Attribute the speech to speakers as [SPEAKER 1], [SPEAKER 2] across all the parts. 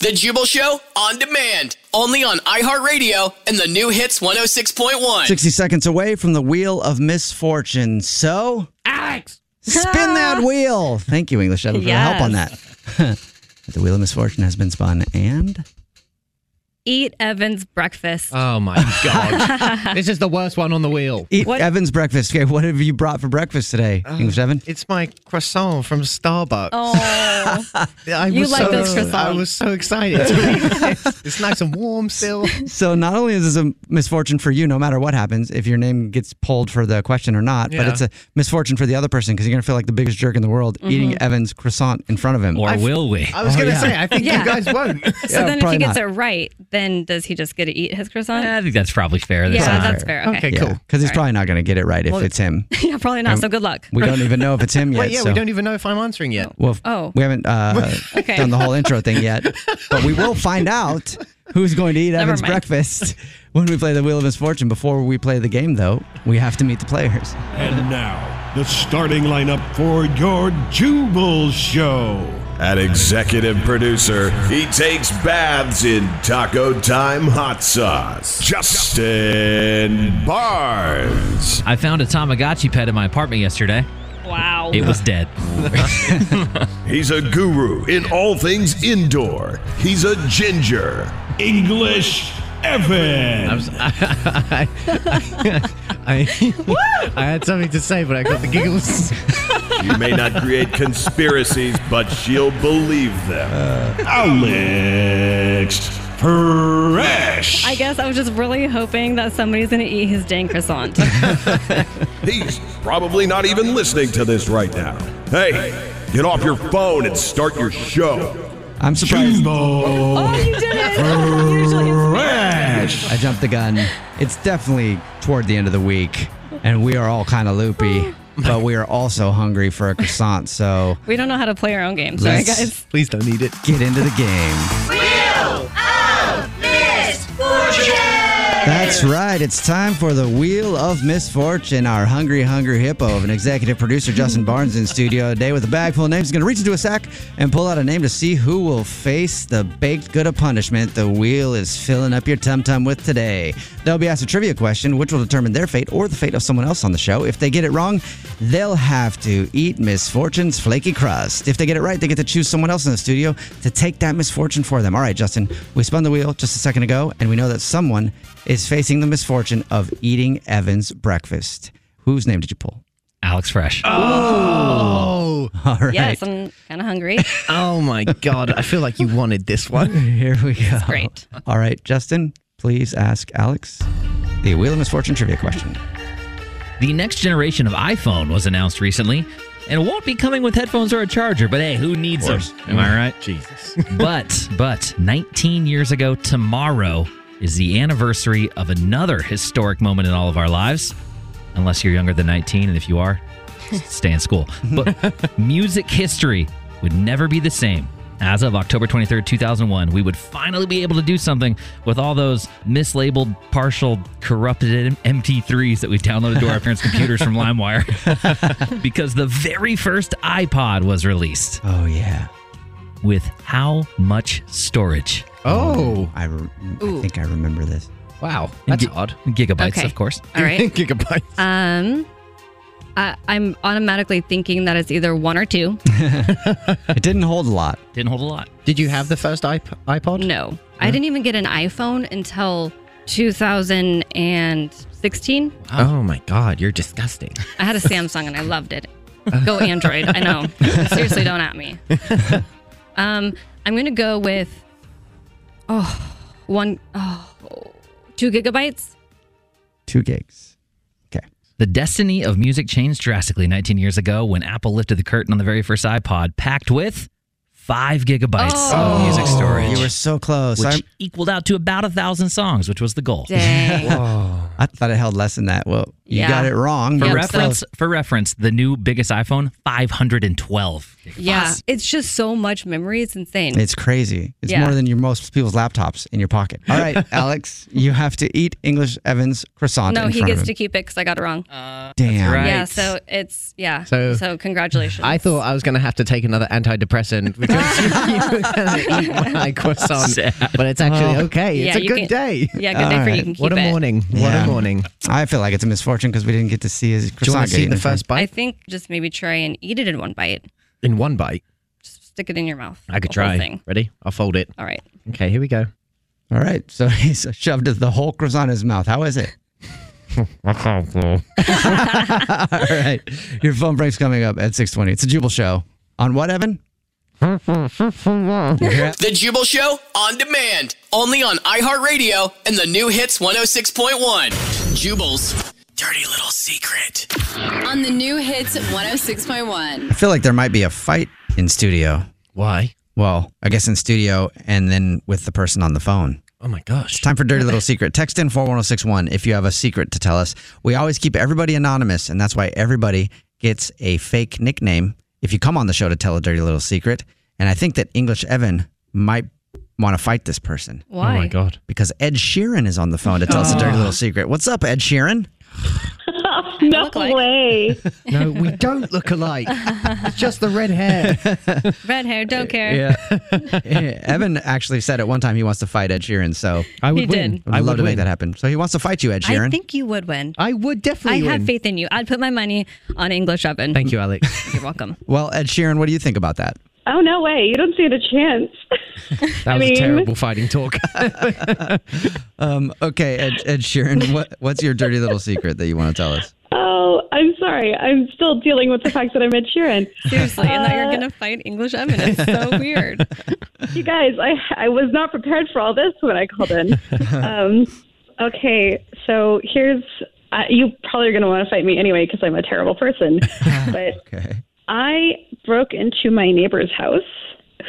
[SPEAKER 1] The Jubal Show on demand, only on iHeartRadio and the new hits 106.1.
[SPEAKER 2] 60 seconds away from the Wheel of Misfortune. So,
[SPEAKER 3] Alex,
[SPEAKER 2] spin that wheel. Thank you, English Evan, for yes. the help on that. the Wheel of Misfortune has been spun and
[SPEAKER 4] eat Evan's breakfast.
[SPEAKER 5] Oh my god. this is the worst one on the wheel.
[SPEAKER 2] Eat what? Evan's breakfast. Okay, what have you brought for breakfast today, oh, English Evan?
[SPEAKER 5] Uh, It's my croissant from Starbucks.
[SPEAKER 4] Oh. I you like so, this croissant. I
[SPEAKER 5] was so excited. it's nice and warm still.
[SPEAKER 2] So not only is this a misfortune for you no matter what happens if your name gets pulled for the question or not, yeah. but it's a misfortune for the other person cuz you're going to feel like the biggest jerk in the world mm-hmm. eating Evan's croissant in front of him.
[SPEAKER 5] Or I
[SPEAKER 4] will
[SPEAKER 5] we? I was oh, going to yeah. say I think yeah. you guys won't.
[SPEAKER 4] So then if he gets not. it right, then does he just get to eat his croissant?
[SPEAKER 5] I think that's probably fair.
[SPEAKER 4] That's yeah, that's fair. fair.
[SPEAKER 5] Okay, okay yeah, cool.
[SPEAKER 2] Because he's right. probably not going to get it right if well, it's him. Um,
[SPEAKER 4] yeah, probably
[SPEAKER 5] Um,
[SPEAKER 4] not. And so good luck.
[SPEAKER 2] we don't even know if it's him yet.
[SPEAKER 5] Well, yeah,
[SPEAKER 2] so.
[SPEAKER 5] we don't even know if I'm answering yet.
[SPEAKER 2] Well, oh, we haven't uh, okay. done the whole intro thing yet, but we will find out who's going to eat Evan's breakfast when we play the Wheel of Misfortune. Before we play the game, though, we have to meet the players.
[SPEAKER 6] And now the starting lineup for your Jubal Show. At executive producer, he takes baths in Taco Time hot sauce. Justin Barnes.
[SPEAKER 7] I found a Tamagotchi pet in my apartment yesterday.
[SPEAKER 4] Wow.
[SPEAKER 7] It was dead.
[SPEAKER 6] He's a guru in all things indoor. He's a ginger. English Evan.
[SPEAKER 5] I'm, I, I, I, I, had something to say, but I got the giggles.
[SPEAKER 6] you may not create conspiracies, but she'll believe them. Uh, Alex Fresh.
[SPEAKER 4] I guess I was just really hoping that somebody's going to eat his dang croissant.
[SPEAKER 6] He's probably not even listening to this right now. Hey, get off your phone and start your show.
[SPEAKER 2] I'm surprised.
[SPEAKER 6] Jimbo. Oh,
[SPEAKER 4] you did it. Fresh.
[SPEAKER 2] I jumped the gun. It's definitely toward the end of the week, and we are all kind of loopy. But we are also hungry for a croissant, so
[SPEAKER 4] we don't know how to play our own game. Sorry, guys.
[SPEAKER 5] Please don't eat it.
[SPEAKER 2] Get into the game.
[SPEAKER 8] Wheel of Misfortune.
[SPEAKER 2] That's right. It's time for the Wheel of Misfortune. Our hungry, hungry hippo of an executive producer, Justin Barnes, in studio today with a bag full of names. He's going to reach into a sack and pull out a name to see who will face the baked good of punishment the wheel is filling up your tum tum with today. They'll be asked a trivia question, which will determine their fate or the fate of someone else on the show. If they get it wrong, they'll have to eat Misfortune's flaky crust. If they get it right, they get to choose someone else in the studio to take that misfortune for them. All right, Justin, we spun the wheel just a second ago, and we know that someone is facing the misfortune of eating Evan's breakfast. Whose name did you pull?
[SPEAKER 7] Alex Fresh.
[SPEAKER 5] Oh.
[SPEAKER 2] All right.
[SPEAKER 4] Yes, I'm kind of hungry.
[SPEAKER 5] Oh my God. I feel like you wanted this one.
[SPEAKER 2] Here we go.
[SPEAKER 4] It's great.
[SPEAKER 2] All right, Justin, please ask Alex the Wheel of Misfortune trivia question.
[SPEAKER 7] The next generation of iPhone was announced recently and won't be coming with headphones or a charger, but hey, who needs them?
[SPEAKER 5] course.
[SPEAKER 7] Am I right?
[SPEAKER 5] Jesus.
[SPEAKER 7] but, but 19 years ago tomorrow is the anniversary of another historic moment in all of our lives, unless you're younger than 19. And if you are, stay in school. But music history would never be the same. As of October 23rd, 2001, we would finally be able to do something with all those mislabeled, partial, corrupted MT3s that we downloaded to our parents' computers from LimeWire because the very first iPod was released
[SPEAKER 2] Oh yeah.
[SPEAKER 7] with how much storage?
[SPEAKER 5] Oh.
[SPEAKER 2] I, re- I
[SPEAKER 4] Ooh.
[SPEAKER 2] think I remember this.
[SPEAKER 5] Wow. That's
[SPEAKER 7] Gi-
[SPEAKER 5] odd.
[SPEAKER 7] Gigabytes,
[SPEAKER 4] Okay.
[SPEAKER 7] of course.
[SPEAKER 4] All right.
[SPEAKER 5] Gigabyte.
[SPEAKER 4] Um, I, I'm automatically thinking that it's either one or two.
[SPEAKER 2] It didn't hold a lot.
[SPEAKER 7] Didn't hold a lot.
[SPEAKER 5] Did you have the first iP- iPod?
[SPEAKER 4] No, I didn't even get an iPhone until 2016.
[SPEAKER 5] Oh my God. You're disgusting.
[SPEAKER 4] I had a Samsung and I loved it. Go Android. I know. Seriously, don't at me. Um, I'm gonna go with oh one oh two gigabytes.
[SPEAKER 2] Two gigs. Okay.
[SPEAKER 7] The destiny of music changed drastically 19 years ago when Apple lifted the curtain on the very first iPod, packed with five gigabytes of
[SPEAKER 4] Oh.
[SPEAKER 7] music storage,
[SPEAKER 2] You were so close.
[SPEAKER 7] which
[SPEAKER 2] I,
[SPEAKER 7] equaled out to about a thousand songs, which was the goal.
[SPEAKER 4] Dang.
[SPEAKER 2] I thought it held less than that. Well, you
[SPEAKER 4] Yeah.
[SPEAKER 2] got it wrong.
[SPEAKER 7] For
[SPEAKER 2] but it's
[SPEAKER 7] reference, for reference, the new biggest iPhone, 512.
[SPEAKER 4] Yeah, it's just so much memory. It's insane.
[SPEAKER 2] close. It's crazy. It's
[SPEAKER 4] Yeah.
[SPEAKER 2] more than your most people's laptops in your pocket. All right, Alex, you have to eat English Evans croissant.
[SPEAKER 4] no,
[SPEAKER 2] in
[SPEAKER 4] he
[SPEAKER 2] front of
[SPEAKER 4] gets
[SPEAKER 2] him.
[SPEAKER 4] to keep it because I got it wrong.
[SPEAKER 5] Uh,
[SPEAKER 2] Damn.
[SPEAKER 7] right.
[SPEAKER 4] Yeah, so it's yeah.
[SPEAKER 5] So-
[SPEAKER 4] So, congratulations.
[SPEAKER 5] I thought I was going to have to take another antidepressant because you were going to eat my croissant. But it's actually okay. It's
[SPEAKER 4] Yeah,
[SPEAKER 5] a
[SPEAKER 4] you
[SPEAKER 5] good
[SPEAKER 4] can-
[SPEAKER 5] day.
[SPEAKER 4] Yeah, good day for you. You Can keep
[SPEAKER 5] What a
[SPEAKER 4] it.
[SPEAKER 5] morning.
[SPEAKER 2] Yeah.
[SPEAKER 5] What a morning. Do
[SPEAKER 2] I feel like it's a misfortune because we didn't get to see his
[SPEAKER 5] you want
[SPEAKER 2] croissant.
[SPEAKER 5] to
[SPEAKER 2] get
[SPEAKER 5] see the
[SPEAKER 2] eaten.
[SPEAKER 5] first
[SPEAKER 4] I
[SPEAKER 5] bite?
[SPEAKER 4] think just maybe try and eat it in one bite.
[SPEAKER 5] In one bite.
[SPEAKER 4] Just stick it in your mouth.
[SPEAKER 5] I could
[SPEAKER 4] the whole
[SPEAKER 5] try.
[SPEAKER 4] thing.
[SPEAKER 5] Ready? I'll fold it.
[SPEAKER 4] All right.
[SPEAKER 5] Okay, here we go.
[SPEAKER 2] All right, so he shoved the whole croissant in his mouth. How is it? All right, your phone break's coming up at six twenty. It's a Jubal show on what, Evan?
[SPEAKER 1] The Jubal Show on demand, only on iHeartRadio and the new hits 106.1. Jubal's dirty little secret.
[SPEAKER 9] On the new hits 106.1.
[SPEAKER 2] I feel like there might be a fight in studio.
[SPEAKER 5] Why?
[SPEAKER 2] Well, I guess in studio and then with the person on the phone.
[SPEAKER 5] Oh my gosh.
[SPEAKER 2] Time for Dirty Little Secret. Text in 41061 if you have a secret to tell us. We always keep everybody anonymous, and that's why everybody gets a fake nickname if you come on the show to tell a dirty little secret. And I think that English Evan might want to fight this person
[SPEAKER 4] Why?
[SPEAKER 5] Oh
[SPEAKER 4] Oh.
[SPEAKER 5] my god.
[SPEAKER 2] because Ed Sheeran is on the phone to tell us a dirty little secret. What's up, Ed Sheeran?
[SPEAKER 4] No
[SPEAKER 10] way.
[SPEAKER 5] No, we don't look alike. It's just the red hair.
[SPEAKER 4] Red hair, don't care.
[SPEAKER 2] Eh, Evan actually said at one time he wants to fight Ed Sheeran, so
[SPEAKER 5] I would
[SPEAKER 4] He
[SPEAKER 5] win.
[SPEAKER 4] did.
[SPEAKER 2] I'd
[SPEAKER 5] I
[SPEAKER 2] love
[SPEAKER 5] would
[SPEAKER 2] to
[SPEAKER 5] win.
[SPEAKER 2] make that happen. So he wants to fight you, Ed Sheeran.
[SPEAKER 4] I think you would win.
[SPEAKER 5] I would
[SPEAKER 4] I
[SPEAKER 5] definitely
[SPEAKER 4] have
[SPEAKER 5] win.
[SPEAKER 4] faith in you. I'd put my money on English oven.
[SPEAKER 5] Thank you, Alex.
[SPEAKER 4] You're welcome.
[SPEAKER 2] well, Ed Sheeran, what do you think about that?
[SPEAKER 8] Oh no way! You don't stand a chance.
[SPEAKER 5] That was
[SPEAKER 8] mean-
[SPEAKER 5] a terrible fighting talk.
[SPEAKER 2] Um, okay, Ed, Ed Sheeran, what, what's your dirty little secret that you want to tell us?
[SPEAKER 8] oh, I'm sorry. I'm still dealing with the fact that I'm Ed Sheeran.
[SPEAKER 4] Seriously, and that you're
[SPEAKER 8] Uh,
[SPEAKER 4] gonna fight English oven. It's so weird.
[SPEAKER 8] You guys, I I was not prepared for all this when I called in. um, okay, so here's uh, you probably are going to want to fight me anyway because I'm a terrible person. but
[SPEAKER 2] Okay.
[SPEAKER 8] I broke into my neighbor's house,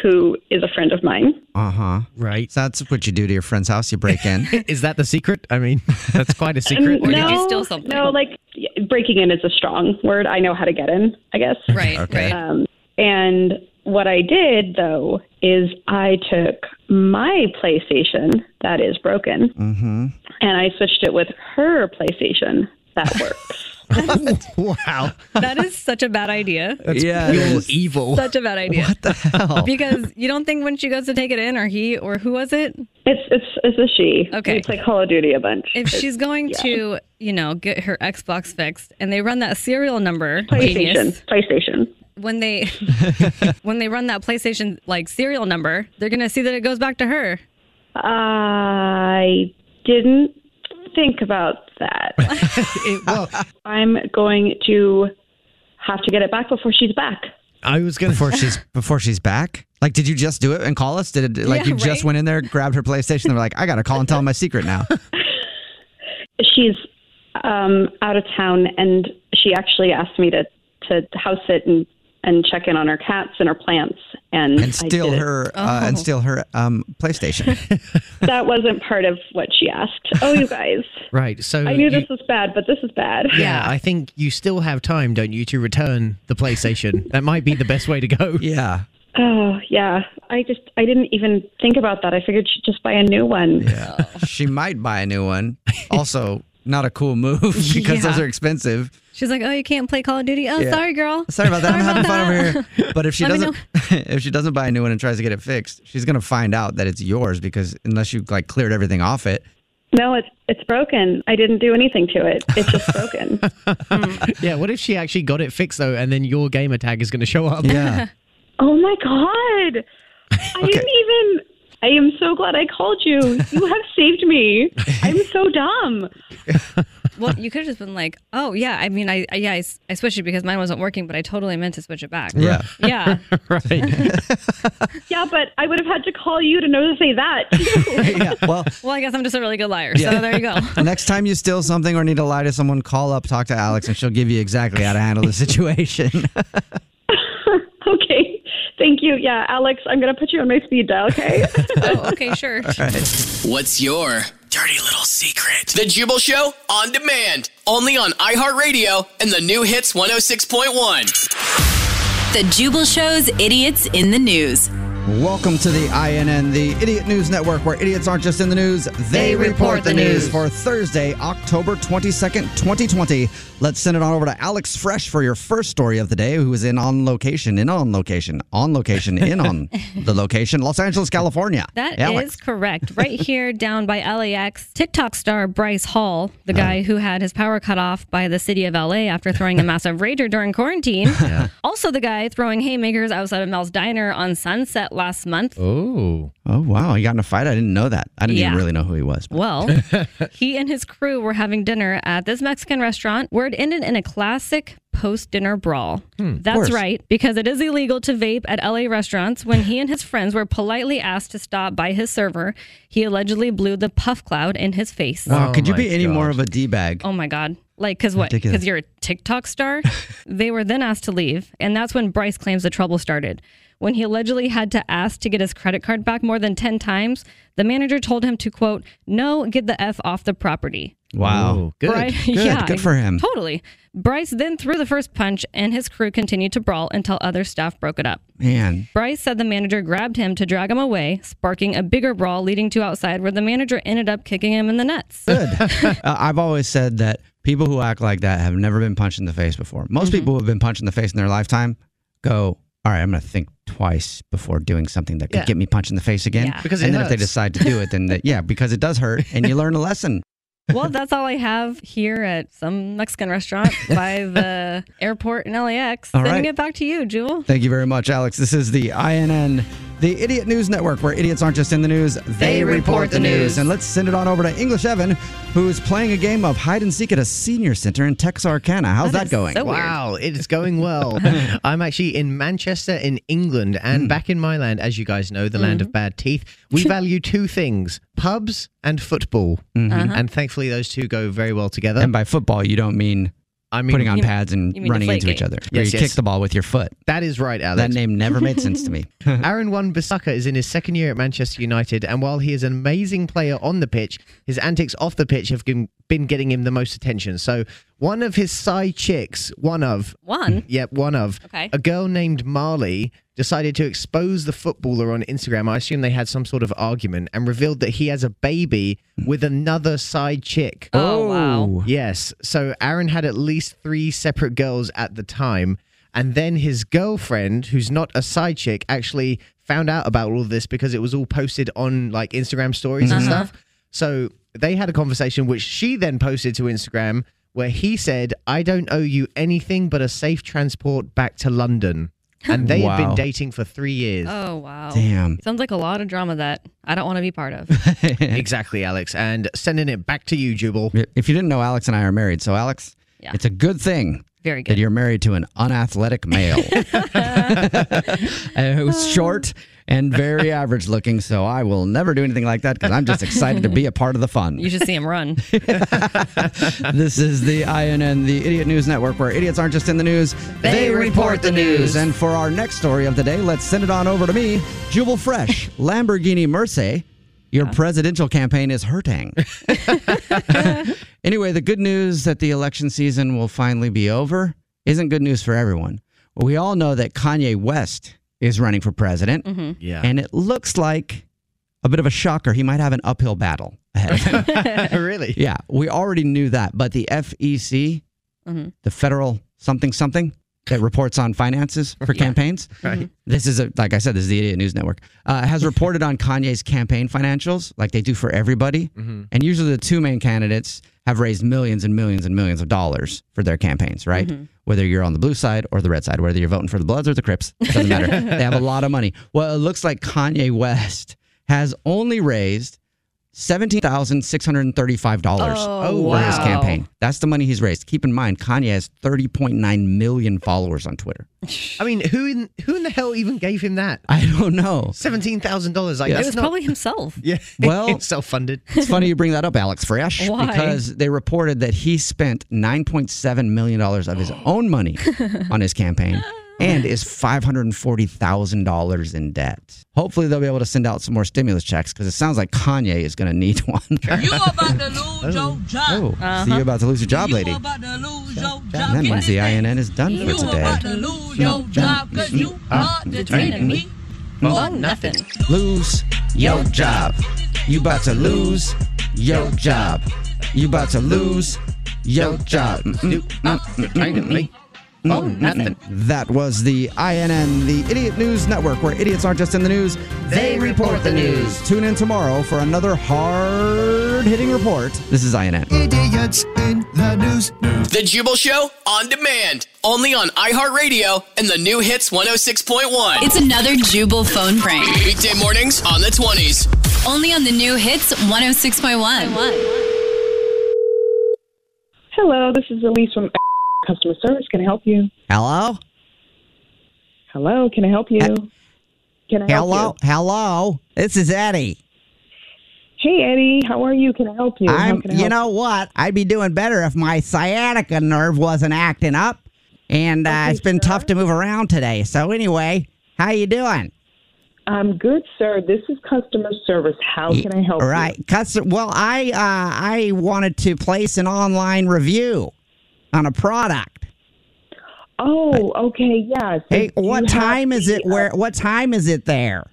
[SPEAKER 8] who is a friend of mine.
[SPEAKER 2] Uh huh.
[SPEAKER 5] right.
[SPEAKER 2] So that's what you do to your friend's house. You break in.
[SPEAKER 5] Is that the secret? I mean, that's quite a secret.
[SPEAKER 8] Um, no,
[SPEAKER 4] did you steal something?
[SPEAKER 8] No, like y- breaking in is a strong word. I know how to get in, I guess.
[SPEAKER 4] Right,
[SPEAKER 2] Okay.
[SPEAKER 4] right.
[SPEAKER 8] Um, and what I did though is I took my PlayStation that is broken
[SPEAKER 2] Mm-hmm.
[SPEAKER 8] and I switched it with her PlayStation that works.
[SPEAKER 5] wow.
[SPEAKER 4] That is such a bad idea.
[SPEAKER 5] That's
[SPEAKER 2] Yeah, it
[SPEAKER 5] real
[SPEAKER 2] is.
[SPEAKER 5] evil.
[SPEAKER 4] Such a bad idea.
[SPEAKER 2] What the hell?
[SPEAKER 4] Because you don't think when she goes to take it in, or he, or who was it?
[SPEAKER 8] it's it's it's a she.
[SPEAKER 4] Okay.
[SPEAKER 8] We play Call of Duty a bunch.
[SPEAKER 4] If
[SPEAKER 8] It's
[SPEAKER 4] she's going
[SPEAKER 8] yeah.
[SPEAKER 4] to, you know, get her Xbox fixed, and they run that serial number,
[SPEAKER 8] PlayStation,
[SPEAKER 4] genius.
[SPEAKER 8] PlayStation.
[SPEAKER 4] When they, when they run that PlayStation like serial number, they're gonna see that it goes back to her.
[SPEAKER 8] I didn't think about that.
[SPEAKER 5] It- well,
[SPEAKER 8] I'm going to have to get it back before she's back.
[SPEAKER 2] I was gonna before she's before she's back. Like, did you just do it and call us? Did it like
[SPEAKER 8] Yeah,
[SPEAKER 2] you just
[SPEAKER 8] right?
[SPEAKER 2] went in there, grabbed her PlayStation, and were like, I gotta call and tell him my secret now.
[SPEAKER 8] She's um, out of town, and she actually asked me to to house sit and and check in on her cats and her plants, and,
[SPEAKER 2] and steal her uh,
[SPEAKER 8] Oh.
[SPEAKER 2] and steal her um, PlayStation.
[SPEAKER 8] that wasn't part of what she asked. Oh, you guys,
[SPEAKER 5] Right. So
[SPEAKER 8] I knew
[SPEAKER 5] you-
[SPEAKER 8] this was bad, but this is bad.
[SPEAKER 5] Yeah, I think you still have time, don't you, to return the PlayStation? that might be the best way to go.
[SPEAKER 2] Yeah.
[SPEAKER 8] Oh yeah, I just I didn't even think about that. I figured she'd just buy a new one.
[SPEAKER 2] Yeah, she might buy a new one. Also, not a cool move because those
[SPEAKER 4] Yeah.
[SPEAKER 2] are expensive.
[SPEAKER 4] She's like, oh, you can't play Call of Duty. Oh,
[SPEAKER 2] Yeah.
[SPEAKER 4] sorry, girl.
[SPEAKER 2] Sorry about that. I'm having fun
[SPEAKER 4] that.
[SPEAKER 2] over here. But if she
[SPEAKER 4] Let me
[SPEAKER 2] doesn't, if she doesn't buy a new one and tries to get it fixed, she's gonna find out that it's yours because unless you like cleared everything off it,
[SPEAKER 8] No, it's it's broken. I didn't do anything to it. It's just broken.
[SPEAKER 5] yeah. What if she actually got it fixed though, and then your gamer tag is going to show up?
[SPEAKER 2] Yeah.
[SPEAKER 8] oh my god! I didn't even. I am so glad I called you. You have saved me. I'm so dumb.
[SPEAKER 4] Well, you could have just been like, oh, yeah. I mean, I, I yeah, I, s- I switched it because mine wasn't working, but I totally meant to switch it back.
[SPEAKER 2] Yeah.
[SPEAKER 4] Yeah.
[SPEAKER 8] Yeah, but I would have had to call you to know to say that.
[SPEAKER 2] well,
[SPEAKER 4] Well, I guess I'm just a really good liar.
[SPEAKER 2] Yeah.
[SPEAKER 4] So there you go.
[SPEAKER 2] next time you steal something or need to lie to someone, call up, talk to Alex, and she'll give you exactly how to handle the situation.
[SPEAKER 8] okay, thank you. Yeah, Alex, I'm gonna put you on my speed dial. Okay.
[SPEAKER 4] oh, okay, sure.
[SPEAKER 1] What's your dirty little secret? The Jubal Show on demand, only on iHeartRadio and the new hits 106.1.
[SPEAKER 9] The Jubal Show's Idiots in the News.
[SPEAKER 2] Welcome to the INN, the Idiot News Network, where idiots aren't just in the news,
[SPEAKER 9] They
[SPEAKER 2] they,
[SPEAKER 9] report the news.
[SPEAKER 2] for Thursday, October 22nd, 2020. Let's send it on over to Alex Fresh for your first story of the day, who is in on location, in on location, on location, in on the location, Los Angeles, California.
[SPEAKER 4] That is
[SPEAKER 2] Alex.
[SPEAKER 4] correct. Right here, down by LAX, TikTok star Bryce Hall, the guy who had his power cut off by the city of LA after throwing a massive rager during quarantine. Also, the guy throwing haymakers outside of Mel's Diner on Sunset last month.
[SPEAKER 2] Oh. Oh, wow. He got in a fight. I didn't know that. I didn't even
[SPEAKER 4] Yeah.
[SPEAKER 2] really know who he was.
[SPEAKER 4] Well, he and his crew were having dinner at this Mexican restaurant where it ended in a classic post dinner brawl.
[SPEAKER 11] Hmm, of
[SPEAKER 4] That's
[SPEAKER 11] course.
[SPEAKER 4] right, because it is illegal to vape at LA restaurants. When he and his friends were politely asked to stop by his server, he allegedly blew the puff cloud in his face.
[SPEAKER 2] Wow, could you be Oh any more of a D bag?
[SPEAKER 4] Oh my God. Like, because what?
[SPEAKER 2] Ridiculous.
[SPEAKER 4] Because you're a TikTok star? they were then asked to leave. And that's when Bryce claims the trouble started. When he allegedly had to ask to get his credit card back more than 10 times, the manager told him to, quote, no, get the F off the property.
[SPEAKER 2] Wow. Oh, good.
[SPEAKER 4] Bryce-
[SPEAKER 2] Good.
[SPEAKER 4] yeah,
[SPEAKER 2] good for him.
[SPEAKER 4] Totally. Bryce then threw the first punch, and his crew continued to brawl until other staff broke it up.
[SPEAKER 2] Man.
[SPEAKER 4] Bryce said the manager grabbed him to drag him away, sparking a bigger brawl leading to outside where the manager ended up kicking him in the nuts.
[SPEAKER 2] Uh, I've always said that people who act like that have never been punched in the face before. Most people who have been punched in the face in their lifetime go, all right, I'm going to think twice before doing something that could
[SPEAKER 5] Yeah.
[SPEAKER 2] get me punched in the face again.
[SPEAKER 4] Yeah. Because it
[SPEAKER 2] and then if they
[SPEAKER 5] hurts.
[SPEAKER 2] decide to do it, then that, yeah, because it does hurt and you learn a lesson.
[SPEAKER 4] well, that's all I have here at some Mexican restaurant by the airport in LAX.
[SPEAKER 2] All
[SPEAKER 4] Sending
[SPEAKER 2] right.
[SPEAKER 4] it back to you, Jewel.
[SPEAKER 2] Thank you very much, Alex. This is the INN, the Idiot News Network, where idiots aren't just in the news, they, report the news. And let's send it on over to English Evan, who is playing a game of hide and seek at a senior center in Texarkana. How's that, going?
[SPEAKER 5] wow, it is going well. I'm actually in Manchester, in England, and back in my land, as you guys know, the
[SPEAKER 8] Hmm.
[SPEAKER 5] land of bad teeth. We value two things: pubs and football,
[SPEAKER 8] Uh-huh.
[SPEAKER 2] Mhm.
[SPEAKER 5] and thankfully those two go very well together.
[SPEAKER 2] And by football, you don't mean
[SPEAKER 5] I mean
[SPEAKER 2] putting on pads and
[SPEAKER 5] you mean
[SPEAKER 2] running
[SPEAKER 5] deflate
[SPEAKER 2] into each
[SPEAKER 5] game.
[SPEAKER 2] other. where
[SPEAKER 5] Yes,
[SPEAKER 2] you
[SPEAKER 5] yes.
[SPEAKER 2] kick the ball with your foot.
[SPEAKER 5] That is right, Alex.
[SPEAKER 2] That name never made sense to me.
[SPEAKER 5] Aaron Wan Bissaka is in his second year at Manchester United, and while he is an amazing player on the pitch, his antics off the pitch have g- been getting him the most attention. So, one of his side chicks, one of
[SPEAKER 4] one,
[SPEAKER 5] yep, one of
[SPEAKER 4] Okay.
[SPEAKER 5] a girl named Marley decided to expose the footballer on Instagram. I assume they had some sort of argument and revealed that he has a baby with another side chick.
[SPEAKER 4] Oh, wow.
[SPEAKER 5] Yes. So Aaron had at least three separate girls at the time. And then his girlfriend, who's not a side chick, actually found out about all of this because it was all posted on like Instagram stories and
[SPEAKER 11] Mhm.
[SPEAKER 4] Uh-huh.
[SPEAKER 5] stuff. So they had a conversation, which she then posted to Instagram, where he said, I don't owe you anything but a safe transport back to London. And they had
[SPEAKER 2] Wow.
[SPEAKER 5] been dating for three years.
[SPEAKER 4] Oh, wow.
[SPEAKER 5] Damn.
[SPEAKER 4] Sounds like a lot of drama that I don't want to be part of.
[SPEAKER 5] exactly, Alex. And sending it back to you, Jubal.
[SPEAKER 2] If you didn't know, Alex and I are married. So, Alex, it's a good thing
[SPEAKER 4] Very good.
[SPEAKER 2] That you're married to an unathletic male And who's short and very average looking. So I will never do anything like that because I'm just excited to be a part of the fun.
[SPEAKER 4] You should see him run.
[SPEAKER 2] this is the INN, the Idiot News Network, where idiots aren't just in the news,
[SPEAKER 11] They report the news.
[SPEAKER 2] And for our next story of the day, let's send it on over to me, Jubal Fresh, Lamborghini Merce. Your presidential campaign is hurting. anyway, the good news that the election season will finally be over isn't good news for everyone. We all know that Kanye West is running for president.
[SPEAKER 11] Mhm. Yeah.
[SPEAKER 2] And it looks like a bit of a shocker. He might have an uphill battle ahead of him.
[SPEAKER 5] really?
[SPEAKER 2] Yeah, we already knew that, but the E FEC,
[SPEAKER 4] Mhm.
[SPEAKER 2] the federal something something that reports on finances for campaigns.
[SPEAKER 5] Right.
[SPEAKER 2] This is a, like I said, this is the Idiot News Network. Uh, has reported on Kanye's campaign financials, like they do for everybody.
[SPEAKER 11] Mhm.
[SPEAKER 2] And usually, the two main candidates have raised millions and millions and millions of dollars for their campaigns, right?
[SPEAKER 11] Mhm.
[SPEAKER 2] Whether you're on the blue side or the red side, whether you're voting for the Bloods or the Crips, doesn't matter. they have a lot of money. Well, it looks like Kanye West has only raised seventeen thousand six hundred and thirty-five dollars
[SPEAKER 11] Oh,
[SPEAKER 2] for his
[SPEAKER 11] wow.
[SPEAKER 2] campaign. That's the money he's raised. Keep in mind, Kanye has thirty point nine million followers on Twitter.
[SPEAKER 5] I mean, who in who in the hell even gave him that?
[SPEAKER 2] I don't know.
[SPEAKER 5] Seventeen thousand dollars. Like
[SPEAKER 2] Yeah. It
[SPEAKER 5] that's
[SPEAKER 2] was
[SPEAKER 5] not-
[SPEAKER 4] Probably himself.
[SPEAKER 5] yeah.
[SPEAKER 2] Well-
[SPEAKER 5] self funded.
[SPEAKER 2] It's funny you bring that up, Alex Fresh,
[SPEAKER 5] Why?
[SPEAKER 2] because they reported that he spent $9.7 million of his own money on his campaign and is $540,000 in debt. Hopefully, they'll be able to send out some more stimulus checks because it sounds like Kanye is going to need one. you about to lose your job. Oh, so
[SPEAKER 5] Uh-huh.
[SPEAKER 2] you're about to lose your job, lady. That means the INN is done for today.
[SPEAKER 5] Oh,
[SPEAKER 4] Well, nothing.
[SPEAKER 2] Lose your job. You about to lose your job. You about to lose your job. Mm, mm, mm, mm, mm.
[SPEAKER 5] uh, Oh, nothing.
[SPEAKER 2] That was the INN, the Idiot News Network, where idiots aren't just in the news, they report the news. Tune in tomorrow for another hard hitting report. This is INN.
[SPEAKER 1] Idiots in the news. The Jubal Show on demand, only on iHeartRadio and the new hits 106.1.
[SPEAKER 9] It's another Jubal phone prank.
[SPEAKER 1] Weekday mornings on the 20s.
[SPEAKER 9] Only on the new hits 106.1.
[SPEAKER 8] Hello, this is Elise from customer service. Can I help you?
[SPEAKER 2] Hello?
[SPEAKER 8] Hello, can I help you? Can I help
[SPEAKER 2] Hello? Hello? This is Eddie.
[SPEAKER 8] you? Hey, Eddie, how are you? Can I help you? How
[SPEAKER 2] I'm,
[SPEAKER 8] can I
[SPEAKER 2] you
[SPEAKER 8] help
[SPEAKER 2] know what? I'd be doing better if my sciatica nerve wasn't acting up, and uh, it's been tough to move around today. So anyway, how you doing?
[SPEAKER 8] I'm good, sir. This is customer service. How can I help
[SPEAKER 2] All
[SPEAKER 8] you?
[SPEAKER 2] right, Cus- well, I uh, I wanted to place an online review on a product.
[SPEAKER 8] Oh, okay, yes.
[SPEAKER 2] Hey,
[SPEAKER 8] Do
[SPEAKER 2] what
[SPEAKER 8] you have
[SPEAKER 2] time is
[SPEAKER 8] the,
[SPEAKER 2] it? Where? What time is it there?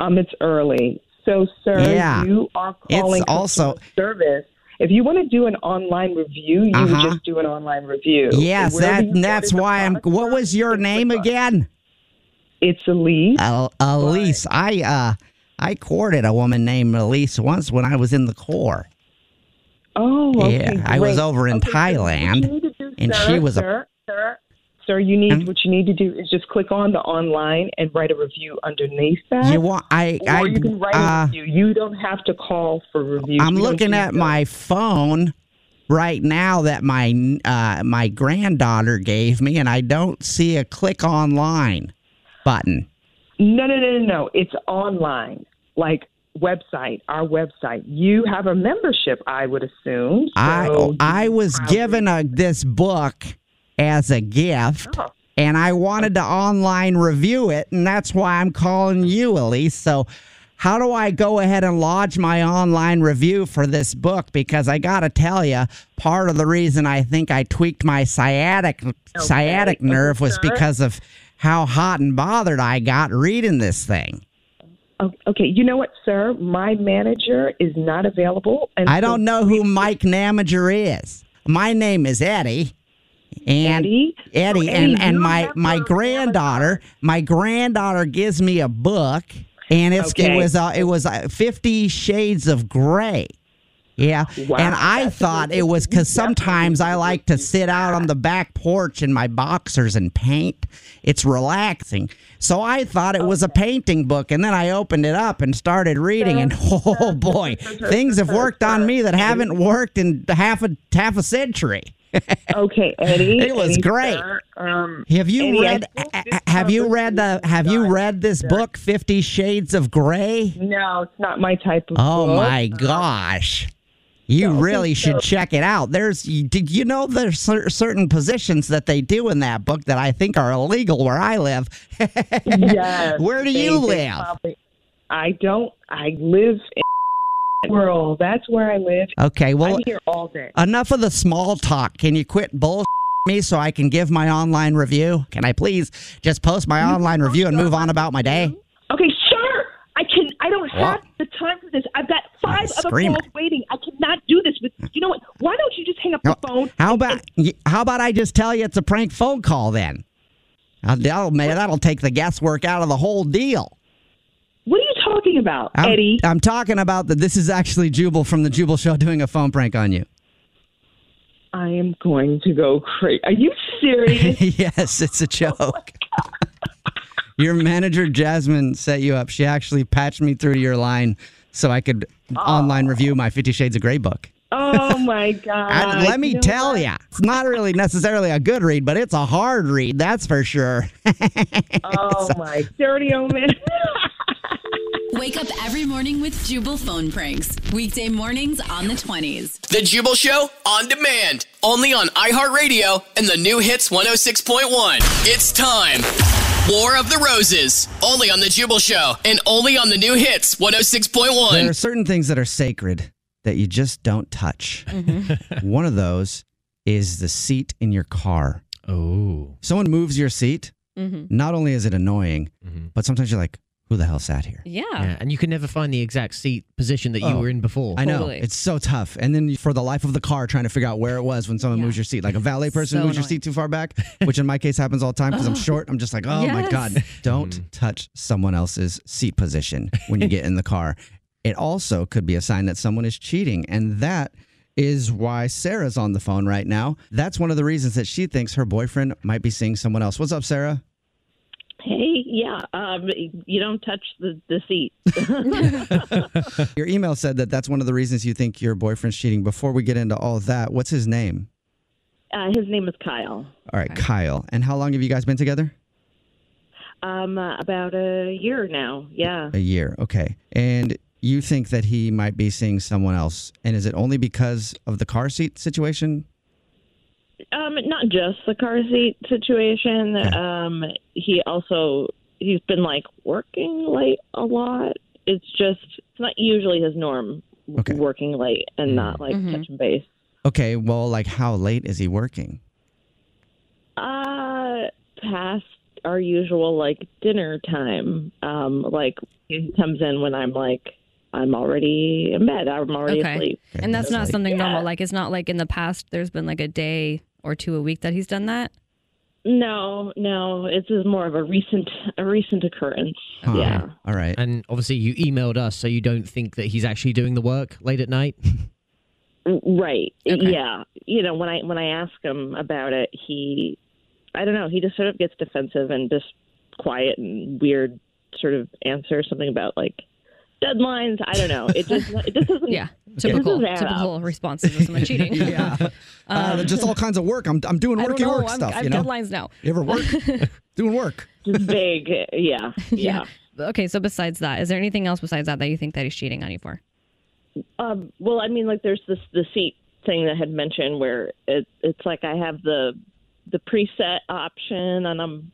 [SPEAKER 8] Um, it's early. So, sir,
[SPEAKER 2] Yeah.
[SPEAKER 8] you are
[SPEAKER 2] It's
[SPEAKER 8] calling customer
[SPEAKER 2] also-
[SPEAKER 8] service. If you want to do an online review, you would
[SPEAKER 2] Uh-huh.
[SPEAKER 8] just do an online review.
[SPEAKER 2] Yes,
[SPEAKER 8] Wherever
[SPEAKER 2] that,
[SPEAKER 8] you
[SPEAKER 2] that's why I'm. What was your name again?
[SPEAKER 8] It's Elise.
[SPEAKER 2] Uh, Elise. I uh, I courted a woman named Elise once when I was in the Corps.
[SPEAKER 8] Oh, okay,
[SPEAKER 2] yeah, I was
[SPEAKER 8] great.
[SPEAKER 2] over in
[SPEAKER 8] Okay, so what you
[SPEAKER 2] Thailand,
[SPEAKER 8] need to do,
[SPEAKER 2] and
[SPEAKER 8] sir,
[SPEAKER 2] she was a
[SPEAKER 8] sir, sir, sir. You need what you need to do is just click on the online and write a review underneath that.
[SPEAKER 2] You want I
[SPEAKER 8] or
[SPEAKER 2] I
[SPEAKER 8] you can write
[SPEAKER 2] uh,
[SPEAKER 8] a review. You don't have to call for reviews.
[SPEAKER 2] I'm
[SPEAKER 8] You don't
[SPEAKER 2] looking
[SPEAKER 8] need
[SPEAKER 2] at
[SPEAKER 8] to-
[SPEAKER 2] my phone right now that my uh, my granddaughter gave me, and I don't see a click online button.
[SPEAKER 8] No, no, no, no, no. It's online, like website, our website. You have a membership, I would assume.
[SPEAKER 2] I oh,
[SPEAKER 8] so
[SPEAKER 2] I was
[SPEAKER 8] probably-
[SPEAKER 2] given a, this book as a gift.
[SPEAKER 8] Oh.
[SPEAKER 2] And I wanted to online review it, and that's why I'm calling you, Elise. So, how do I go ahead and lodge my online review for this book? Because I got to tell you, part of the reason I think I tweaked my sciatic sciatic
[SPEAKER 8] okay,
[SPEAKER 2] nerve was
[SPEAKER 8] sir.
[SPEAKER 2] because of how hot and bothered I got reading this thing.
[SPEAKER 8] Oh, Okay, you know what, sir? My manager is not available. And
[SPEAKER 2] I
[SPEAKER 8] so
[SPEAKER 2] don't know who Mike Namager is. My name is Eddie. And Eddie,
[SPEAKER 8] So, Eddie,
[SPEAKER 2] and, and
[SPEAKER 8] you
[SPEAKER 2] my,
[SPEAKER 8] have
[SPEAKER 2] my
[SPEAKER 8] a
[SPEAKER 2] granddaughter, my granddaughter gives me a book, and it's it
[SPEAKER 8] Okay.
[SPEAKER 2] was uh, it was uh, Fifty Shades of Gray, yeah.
[SPEAKER 8] Wow,
[SPEAKER 2] and I thought it was because sometimes I like to sit out on the back porch in my boxers and paint. It's relaxing, so I thought it was a painting book, and then I opened it up and started reading, and oh boy, things have worked on me that haven't worked in half a half a century.
[SPEAKER 12] okay, Eddie.
[SPEAKER 2] It was
[SPEAKER 12] Eddie,
[SPEAKER 2] great.
[SPEAKER 12] sir, Um,
[SPEAKER 2] Have you
[SPEAKER 12] Eddie, I
[SPEAKER 2] read?
[SPEAKER 12] think
[SPEAKER 2] a-
[SPEAKER 12] this
[SPEAKER 2] a- Have you read the? Have you read this
[SPEAKER 12] Sorry.
[SPEAKER 2] book, Fifty Shades of Grey?
[SPEAKER 12] No, it's not my type of
[SPEAKER 2] Oh
[SPEAKER 12] book.
[SPEAKER 2] my gosh. You really should check it out. There's, you- did you know there's cer- certain positions that they do in that book that I think are illegal where I live.
[SPEAKER 12] yes,
[SPEAKER 2] Where do
[SPEAKER 12] they-
[SPEAKER 2] you
[SPEAKER 12] they
[SPEAKER 2] live?
[SPEAKER 12] probably- I don't. I live in world. That's where I live.
[SPEAKER 2] Okay, well,
[SPEAKER 12] I'm here all day.
[SPEAKER 2] enough of the small talk. Can you quit bull me so I can give my online review? Can I please just post my online review and move on about my day?
[SPEAKER 12] Okay, sure. I can. I don't
[SPEAKER 2] Wow.
[SPEAKER 12] have the time for this. I've got five other
[SPEAKER 2] screamer.
[SPEAKER 12] calls waiting. I cannot do this. With you know what? Why don't you just hang up the phone?
[SPEAKER 2] How about y- how about I just tell you it's a prank phone call then? I'll, that'll, man, that'll take the guesswork out of the whole deal.
[SPEAKER 12] What are you talking about,
[SPEAKER 2] I'm,
[SPEAKER 12] Eddie?
[SPEAKER 2] I'm talking about that. This is actually Jubal from the Jubal Show doing a phone prank on you.
[SPEAKER 12] I am going to go crazy. Are you serious?
[SPEAKER 2] yes, it's a joke. your manager Jasmine set you up. She actually patched me through to your line so I could online review my Fifty Shades of Grey book.
[SPEAKER 12] Oh my god!
[SPEAKER 2] I- let me
[SPEAKER 12] You know
[SPEAKER 2] tell
[SPEAKER 12] what?
[SPEAKER 2] you, it's not really necessarily a good read, but it's a hard read, that's for sure.
[SPEAKER 12] Oh my dirty old man.
[SPEAKER 9] Wake up every morning with Jubal phone pranks. Weekday mornings on the 20s.
[SPEAKER 1] The Jubal Show on demand, only on iHeartRadio and the new hits 106.1. It's time. War of the Roses, only on The Jubal Show and only on the new hits 106.1.
[SPEAKER 2] There are certain things that are sacred that you just don't touch. One of those is the seat in your car. Oh. Someone moves your seat.
[SPEAKER 4] Mhm.
[SPEAKER 2] Not only is it annoying, but sometimes you're like, who the hell sat here?
[SPEAKER 4] Yeah.
[SPEAKER 5] Yeah, and you can never find the exact seat position that you
[SPEAKER 2] Oh,
[SPEAKER 5] were in before.
[SPEAKER 2] I know. It's so tough. And then for the life of the car, trying to figure out where it was when someone moves your seat. Like a valet person
[SPEAKER 5] So
[SPEAKER 2] moves your
[SPEAKER 5] annoying.
[SPEAKER 2] seat too far back, which in my case happens all the time because I'm short. I'm just like, oh my
[SPEAKER 5] Yes.
[SPEAKER 2] God, don't
[SPEAKER 5] Hmm.
[SPEAKER 2] touch someone else's seat position when you get in the car. It also could be a sign that someone is cheating. And that is why Sarah's on the phone right now. That's one of the reasons that she thinks her boyfriend might be seeing someone else. What's up, Sarah?
[SPEAKER 13] Hey, yeah, um, you don't touch the, the seat.
[SPEAKER 2] Your email said that that's one of the reasons you think your boyfriend's cheating. Before we get into all that, what's his name?
[SPEAKER 13] Uh, his name is Kyle.
[SPEAKER 2] All right, Kyle. And how long have you guys been together?
[SPEAKER 13] Um, uh, about a year now. Yeah.
[SPEAKER 4] Uh-huh.
[SPEAKER 2] A year. Okay. And you think that he might be seeing someone else. And is it only because of the car seat situation?
[SPEAKER 13] Um, not just the car seat situation. Um, he also he's been like working late a lot. It's just it's not usually his norm working late and not like
[SPEAKER 2] Mhm.
[SPEAKER 13] touching base.
[SPEAKER 2] Okay. Well, like, how late is he working?
[SPEAKER 13] Uh, past our usual like dinner time. Um, like he comes in when I'm like I'm already in bed. I'm already asleep.
[SPEAKER 4] And that's not something normal. Like it's not like in the past there's been like a day or two a week that he's done that.
[SPEAKER 13] No, no, it's is more of a recent a recent occurrence. Yeah.
[SPEAKER 2] All right.
[SPEAKER 5] And obviously, you emailed us, so you don't think that he's actually doing the work late at night.
[SPEAKER 13] Right. Yeah. You know, when I when I ask him about it, he I don't know, he just sort of gets defensive and just quiet and weird sort of answer something about like deadlines. I don't know. It just it just doesn't
[SPEAKER 4] Yeah.
[SPEAKER 13] it doesn't
[SPEAKER 4] Typical
[SPEAKER 13] add up.
[SPEAKER 4] typical responses of someone cheating.
[SPEAKER 2] yeah. uh,
[SPEAKER 4] Um,
[SPEAKER 2] just all kinds of work. I'm, I'm doing
[SPEAKER 4] I don't
[SPEAKER 2] worky
[SPEAKER 4] know.
[SPEAKER 2] work
[SPEAKER 4] I'm-
[SPEAKER 2] stuff.
[SPEAKER 4] I have
[SPEAKER 2] you know?
[SPEAKER 4] deadlines now.
[SPEAKER 2] You ever work? doing work.
[SPEAKER 13] Big. Yeah. Yeah.
[SPEAKER 4] Okay, so besides that, is there anything else besides that that you think that he's cheating on you for?
[SPEAKER 13] Um, well, I mean, like there's this the seat thing that had mentioned where it, it's like I have the the preset option and I'm,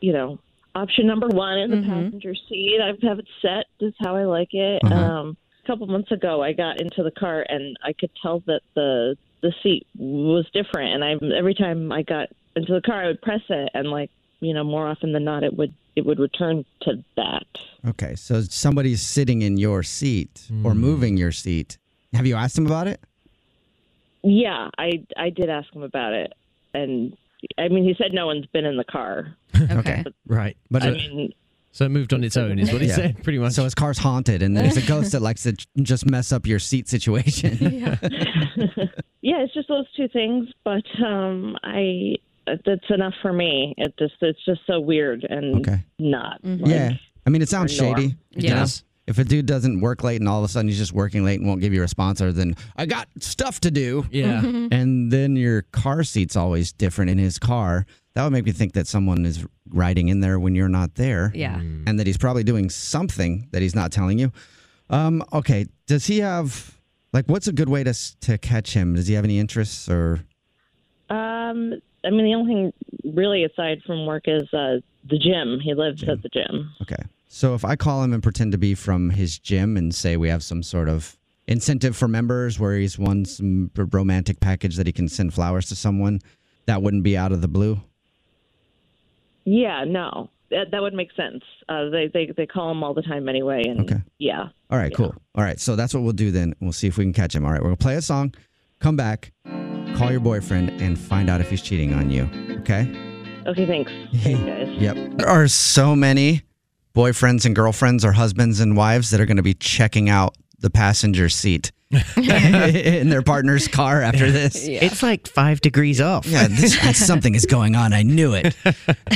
[SPEAKER 13] you know, option number one in the passenger seat. I have it set just how I like it. Um, a couple months ago, I got into the car and I could tell that the the seat was different. And I every time I got into the car, I would press it and like you know more often than not, it would it would return to that.
[SPEAKER 2] Okay. So somebody's sitting in your seat or
[SPEAKER 5] Hmm.
[SPEAKER 2] moving your seat. Have you asked him about it?
[SPEAKER 13] Yeah, I I did ask him about it, and I mean he said no one's been in the car.
[SPEAKER 2] Okay.
[SPEAKER 5] Right.
[SPEAKER 2] But uh,
[SPEAKER 13] I
[SPEAKER 2] it-
[SPEAKER 13] mean,
[SPEAKER 5] So it moved on its own, is what he
[SPEAKER 2] Yeah.
[SPEAKER 5] said, pretty much.
[SPEAKER 2] So his car's haunted, and there's a ghost that likes to j- just mess up your seat situation.
[SPEAKER 13] yeah, it's just those two things, but um, I that's enough for me. It just it's just so weird and not. like-
[SPEAKER 2] Mm-hmm. Yeah. I mean, it sounds
[SPEAKER 13] norm.
[SPEAKER 2] shady. you
[SPEAKER 13] Yeah.
[SPEAKER 2] know? If a dude doesn't work late and all of a sudden he's just working late and won't give you a response, or then I got stuff to do.
[SPEAKER 12] Yeah.
[SPEAKER 13] Mm-hmm.
[SPEAKER 12] Mhm.
[SPEAKER 2] And then your car seat's always different in his car. That would make me think that someone is riding in there when you're not there.
[SPEAKER 12] Yeah. Mm.
[SPEAKER 2] And that he's probably doing something that he's not telling you. Um, okay. Does he have like what's a good way to s- to catch him? Does he have any interests or
[SPEAKER 13] Um, I mean, the only thing really aside from work is uh, the gym. He lives at the gym.
[SPEAKER 2] Okay. So if I call him and pretend to be from his gym and say we have some sort of incentive for members where he's won some r- romantic package that he can send flowers to someone, that wouldn't be out of the blue.
[SPEAKER 13] Yeah, no, that, that would make sense. Uh, they, they they call him all the time anyway, and yeah,
[SPEAKER 2] All right, cool. All right, so that's what we'll do then. We'll see if we can catch him. All right, we'll play a song, come back, call your boyfriend, and find out if he's cheating on you. Okay?
[SPEAKER 13] okay, thanks. Thanks, guys.
[SPEAKER 2] Yep. There are so many boyfriends and girlfriends or husbands and wives that are going to be checking out the passenger seat in their partner's car after this.
[SPEAKER 5] It's like five degrees off.
[SPEAKER 2] Yeah, this, something is going on. I knew it.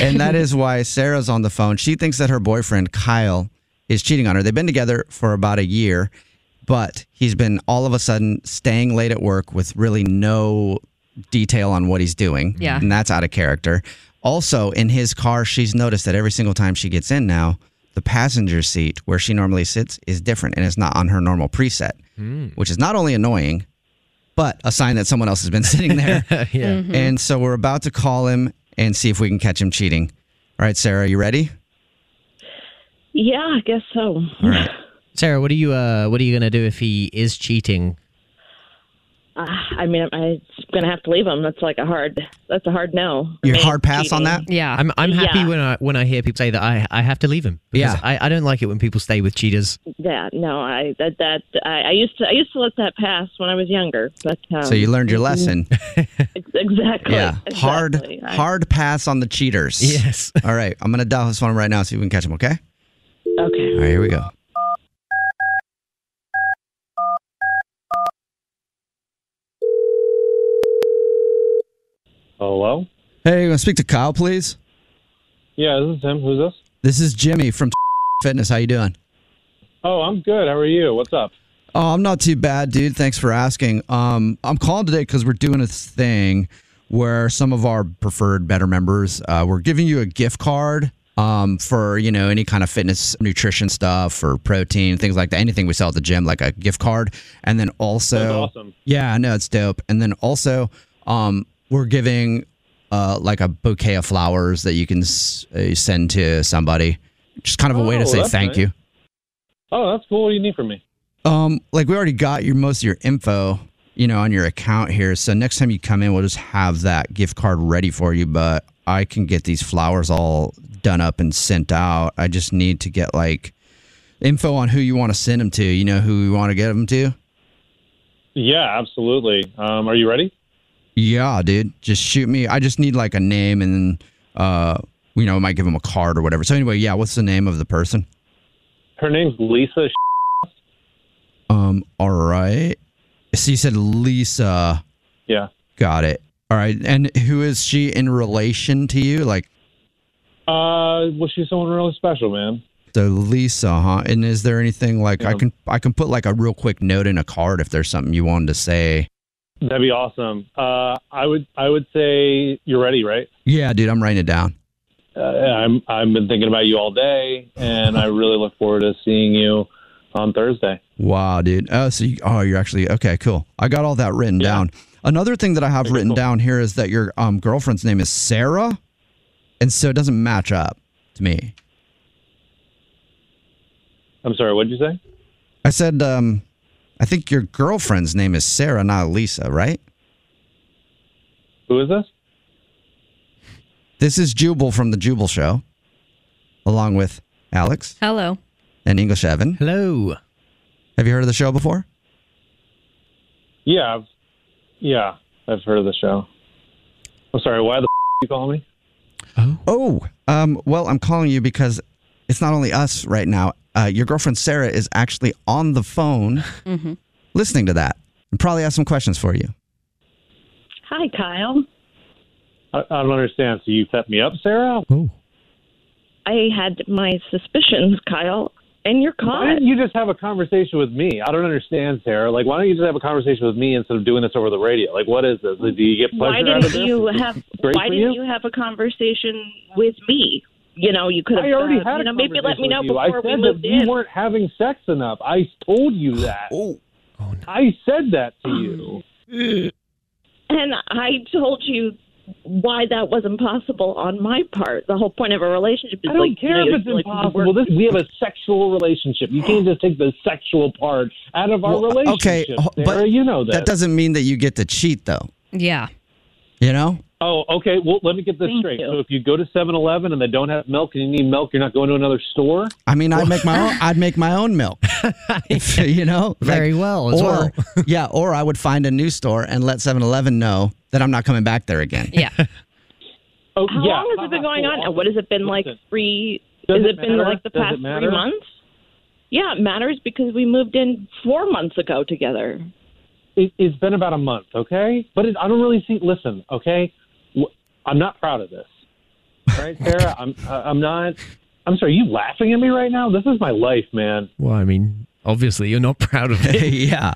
[SPEAKER 2] And that is why Sarah's on the phone. She thinks that her boyfriend, Kyle, is cheating on her. They've been together for about a year, but he's been all of a sudden staying late at work with really no detail on what he's doing.
[SPEAKER 12] Yeah.
[SPEAKER 2] And that's out of character. Also, in his car, she's noticed that every single time she gets in now, the passenger seat where she normally sits is different and it's not on her normal preset,
[SPEAKER 12] Hmm.
[SPEAKER 2] which is not only annoying, but a sign that someone else has been sitting there.
[SPEAKER 12] Yeah.
[SPEAKER 13] Mm-hmm.
[SPEAKER 12] Mhm.
[SPEAKER 2] And so we're about to call him and see if we can catch him cheating. All right, Sarah, you ready?
[SPEAKER 13] Yeah, I guess so.
[SPEAKER 5] Sarah, what are you uh, what are you gonna do if he is cheating?
[SPEAKER 13] Uh, I mean, I- I'm gonna have to leave him. That's like a hard. That's a hard no. for
[SPEAKER 5] Your
[SPEAKER 13] me,
[SPEAKER 5] hard pass on
[SPEAKER 13] cheating.
[SPEAKER 5] I'm I'm happy
[SPEAKER 13] Yeah.
[SPEAKER 5] when I when I hear people say that I I have to leave him. Because
[SPEAKER 2] Yeah.
[SPEAKER 5] I, I don't like it when people stay with cheaters.
[SPEAKER 13] Yeah, no, I that that I, I used to I used to let that pass when I was younger, but um,
[SPEAKER 2] so you learned your lesson.
[SPEAKER 13] ex- exactly.
[SPEAKER 2] Yeah. Hard
[SPEAKER 13] exactly. I-
[SPEAKER 2] hard pass on the cheaters.
[SPEAKER 5] Yes.
[SPEAKER 2] All right. I'm gonna dial his phone right now, see if we can catch him, okay?
[SPEAKER 13] Okay.
[SPEAKER 2] All right, here we go.
[SPEAKER 14] Hello?
[SPEAKER 2] Hey, you wanna speak to Kyle, please?
[SPEAKER 14] Yeah, this is him. Who's this?
[SPEAKER 2] This is Jimmy from Fitness. How you doing?
[SPEAKER 14] Oh, I'm good. How are you? What's up?
[SPEAKER 2] Oh, I'm not too bad, dude. Thanks for asking. Um, I'm calling today because we're doing a thing where some of our preferred better members uh, we're giving you a gift card um, for you know any kind of fitness nutrition stuff or protein things like that anything we sell at the gym like a gift card and then also
[SPEAKER 14] That's awesome.
[SPEAKER 2] yeah i know it's dope and then also um, we're giving uh, like a bouquet of flowers that you can s- uh, send to somebody just kind of a way to
[SPEAKER 14] Oh,
[SPEAKER 2] say
[SPEAKER 14] that's
[SPEAKER 2] thank
[SPEAKER 14] nice.
[SPEAKER 2] you
[SPEAKER 14] Oh, that's cool. What do you need from me?
[SPEAKER 2] um, like we already got your most of your info, you know, on your account here. So next time you come in, we'll just have that gift card ready for you. But I can get these flowers all done up and sent out. I just need to get like info on who you want to send them to. You know who you want to get them to?
[SPEAKER 14] Yeah, absolutely. Um, are you ready?
[SPEAKER 2] Yeah, dude. Just shoot me. I just need like a name and then, uh, you know, I might give them a card or whatever. So anyway, yeah. What's the name of the person?
[SPEAKER 14] Her name's Lisa.
[SPEAKER 2] Um. All right. So you said Lisa.
[SPEAKER 14] Yeah.
[SPEAKER 2] Got it. All right. And who is she in relation to you? Like,
[SPEAKER 14] Uh, well, she's someone really special, man.
[SPEAKER 2] so Lisa, huh? And is there anything like I can I can put like a real quick note in a card if there's something you wanted to say?
[SPEAKER 14] That'd be awesome. Uh, I would, I would say you're ready, right?
[SPEAKER 2] Yeah, dude. I'm writing it down.
[SPEAKER 14] Uh, I'm, I've been thinking about you all day, and I really look forward to seeing you on Thursday.
[SPEAKER 2] Wow, dude. Oh, so you, oh, you're actually okay. Cool. I got all that written down. Another thing that I have written down here is that your um girlfriend's name is Sarah, and so it doesn't match up to me.
[SPEAKER 14] I'm sorry. What'd you say?
[SPEAKER 2] I said, um, I think your girlfriend's name is Sarah, not Lisa, right?
[SPEAKER 14] Who is this?
[SPEAKER 2] This is Jubal from the Jubal Show, along with Alex
[SPEAKER 4] Hello.
[SPEAKER 2] and English Evan.
[SPEAKER 5] Hello.
[SPEAKER 2] Have you heard of the show before?
[SPEAKER 14] Yeah, I've, yeah, I've heard of the show. I'm sorry. Why the you call me?
[SPEAKER 2] Oh, um, well, I'm calling you because it's not only us right now. Uh, your girlfriend Sarah is actually on the phone
[SPEAKER 4] Mm-hmm.
[SPEAKER 13] Mhm.
[SPEAKER 2] listening to that and probably has some questions for you.
[SPEAKER 13] Hi, Kyle.
[SPEAKER 14] I, I don't understand. So you set me up, Sarah?
[SPEAKER 5] Oh.
[SPEAKER 13] I had my suspicions, Kyle. and you're
[SPEAKER 14] Why
[SPEAKER 13] caught.
[SPEAKER 14] don't you just have a conversation with me? I don't understand, Sarah. Like, why don't you just have a conversation with me instead of doing this over the radio? Like, what is this? Like, do you get
[SPEAKER 13] Why
[SPEAKER 14] pleasure out of
[SPEAKER 13] didn't
[SPEAKER 14] this?
[SPEAKER 13] you
[SPEAKER 14] Is this
[SPEAKER 13] have?
[SPEAKER 14] great
[SPEAKER 13] Why
[SPEAKER 14] for
[SPEAKER 13] didn't
[SPEAKER 14] you?
[SPEAKER 13] you have a conversation with me? You know, you could have.
[SPEAKER 14] I already
[SPEAKER 13] uh,
[SPEAKER 14] had
[SPEAKER 13] you know,
[SPEAKER 14] a
[SPEAKER 13] maybe let me know
[SPEAKER 14] conversation with you. I
[SPEAKER 13] before we
[SPEAKER 14] said
[SPEAKER 13] moved
[SPEAKER 14] that you
[SPEAKER 13] in.
[SPEAKER 14] weren't having sex enough. I told you that. oh. I said that to you.
[SPEAKER 13] And I told you why that was impossible on my part. The whole point of a relationship is
[SPEAKER 14] I don't
[SPEAKER 13] like, you
[SPEAKER 14] care
[SPEAKER 13] know,
[SPEAKER 14] if it's
[SPEAKER 13] you- like,
[SPEAKER 14] impossible. This, we have a sexual relationship. You can't just take the sexual part out of our
[SPEAKER 2] Well, uh, okay,
[SPEAKER 14] relationship.
[SPEAKER 2] ho-
[SPEAKER 14] Sarah.
[SPEAKER 2] but
[SPEAKER 14] you know that.
[SPEAKER 2] That doesn't mean that you get to cheat, though.
[SPEAKER 4] Yeah.
[SPEAKER 2] You know?
[SPEAKER 14] Oh, okay. Well, let me get this straight. So if you go to 7-Eleven and they don't have milk and you need milk, you're not going to another store?
[SPEAKER 2] I mean, I'd make my own, I'd make my own milk. you know, very well.
[SPEAKER 14] as
[SPEAKER 2] or yeah, or I would find a new store and let 7-Eleven know that I'm not coming back there again.
[SPEAKER 4] Yeah.
[SPEAKER 14] Oh,
[SPEAKER 13] How long has it been going on? now? What has it been like three?
[SPEAKER 14] Does
[SPEAKER 13] has
[SPEAKER 14] it
[SPEAKER 13] it, been
[SPEAKER 14] matter?
[SPEAKER 13] like the
[SPEAKER 14] Does it
[SPEAKER 13] past
[SPEAKER 14] matter?
[SPEAKER 13] three months? Yeah, it matters because we moved in four months ago together.
[SPEAKER 14] It, it's been about a month, okay? But it, I don't really see. Listen, okay, Wh- I'm not proud of this. All right, Sarah, I'm uh, I'm not. I'm sorry. You laughing at me right now? This is my life, man.
[SPEAKER 5] Well, I mean, obviously you're not proud of it.
[SPEAKER 2] yeah.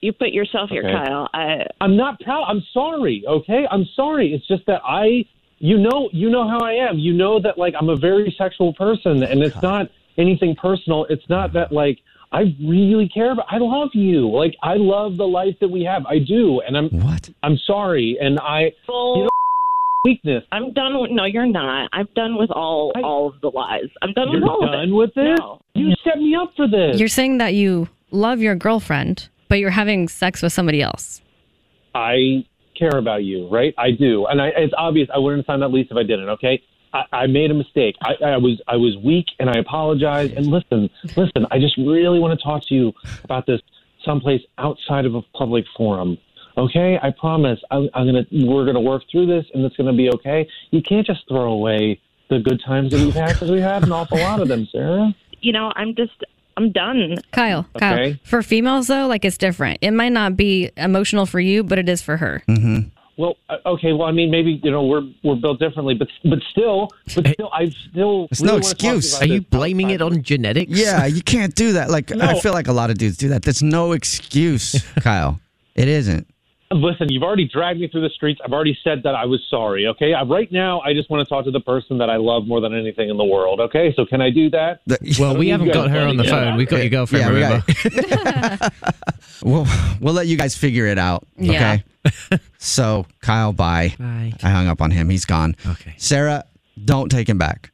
[SPEAKER 13] You put yourself here,
[SPEAKER 14] Okay.
[SPEAKER 13] Kyle. I,
[SPEAKER 14] I'm not proud. I'm sorry. Okay, I'm sorry. It's just that I, you know, you know how I am. You know that like I'm a very sexual person, and it's not anything personal. It's not that like I really care about. I love you. Like I love the life that we have. I do, and I'm
[SPEAKER 2] what?
[SPEAKER 14] I'm sorry, and I, you know, weakness.
[SPEAKER 13] I'm done with. No, you're not. I'm done with all all of the lies. I'm done
[SPEAKER 14] You're
[SPEAKER 13] with all of it.
[SPEAKER 14] done with this?
[SPEAKER 13] No.
[SPEAKER 14] You set me up for this.
[SPEAKER 4] You're saying that you love your girlfriend, but you're having sex with somebody else.
[SPEAKER 14] I care about you, right? I do, and I, it's obvious. I wouldn't sign that lease if I didn't. Okay, I, I made a mistake. I, I was I was weak, and I apologize. And listen, listen, I just really want to talk to you about this someplace outside of a public forum. Okay, I promise. I'm, I'm gonna we're gonna work through this, and it's gonna be okay. You can't just throw away the good times that we've had because we had an awful lot of them, Sarah.
[SPEAKER 13] You know, I'm just. I'm done.
[SPEAKER 4] Kyle, Kyle.
[SPEAKER 14] Okay.
[SPEAKER 4] For females though, like it's different. It might not be emotional for you, but it is for her.
[SPEAKER 2] Mm-hmm.
[SPEAKER 14] Well, uh, okay. Well, I mean, maybe you know we're we're built differly, but but still, but still, I still. really wanna talk to you about
[SPEAKER 5] Are
[SPEAKER 14] this.
[SPEAKER 5] you blaming it on genetics?
[SPEAKER 2] Yeah, you can't do that. Like
[SPEAKER 14] No.
[SPEAKER 2] I feel like a lot of dudes do that. That's no excuse, Kyle. It isn't.
[SPEAKER 14] Listen, you've already dragged me through the streets. I've already said that I was sorry. Okay, I, right now I just want to talk to the person that I love more than anything in the world. Okay, so can I do that?
[SPEAKER 5] Well, we haven't got her on the phone. We've got your girlfriend,
[SPEAKER 2] Yeah, we
[SPEAKER 5] remember?
[SPEAKER 2] got- We'll we'll let you guys figure it out.
[SPEAKER 4] Yeah.
[SPEAKER 2] Okay. so Kyle, bye.
[SPEAKER 5] Bye.
[SPEAKER 2] I hung up on him. He's gone. Okay. Sarah, don't take him back.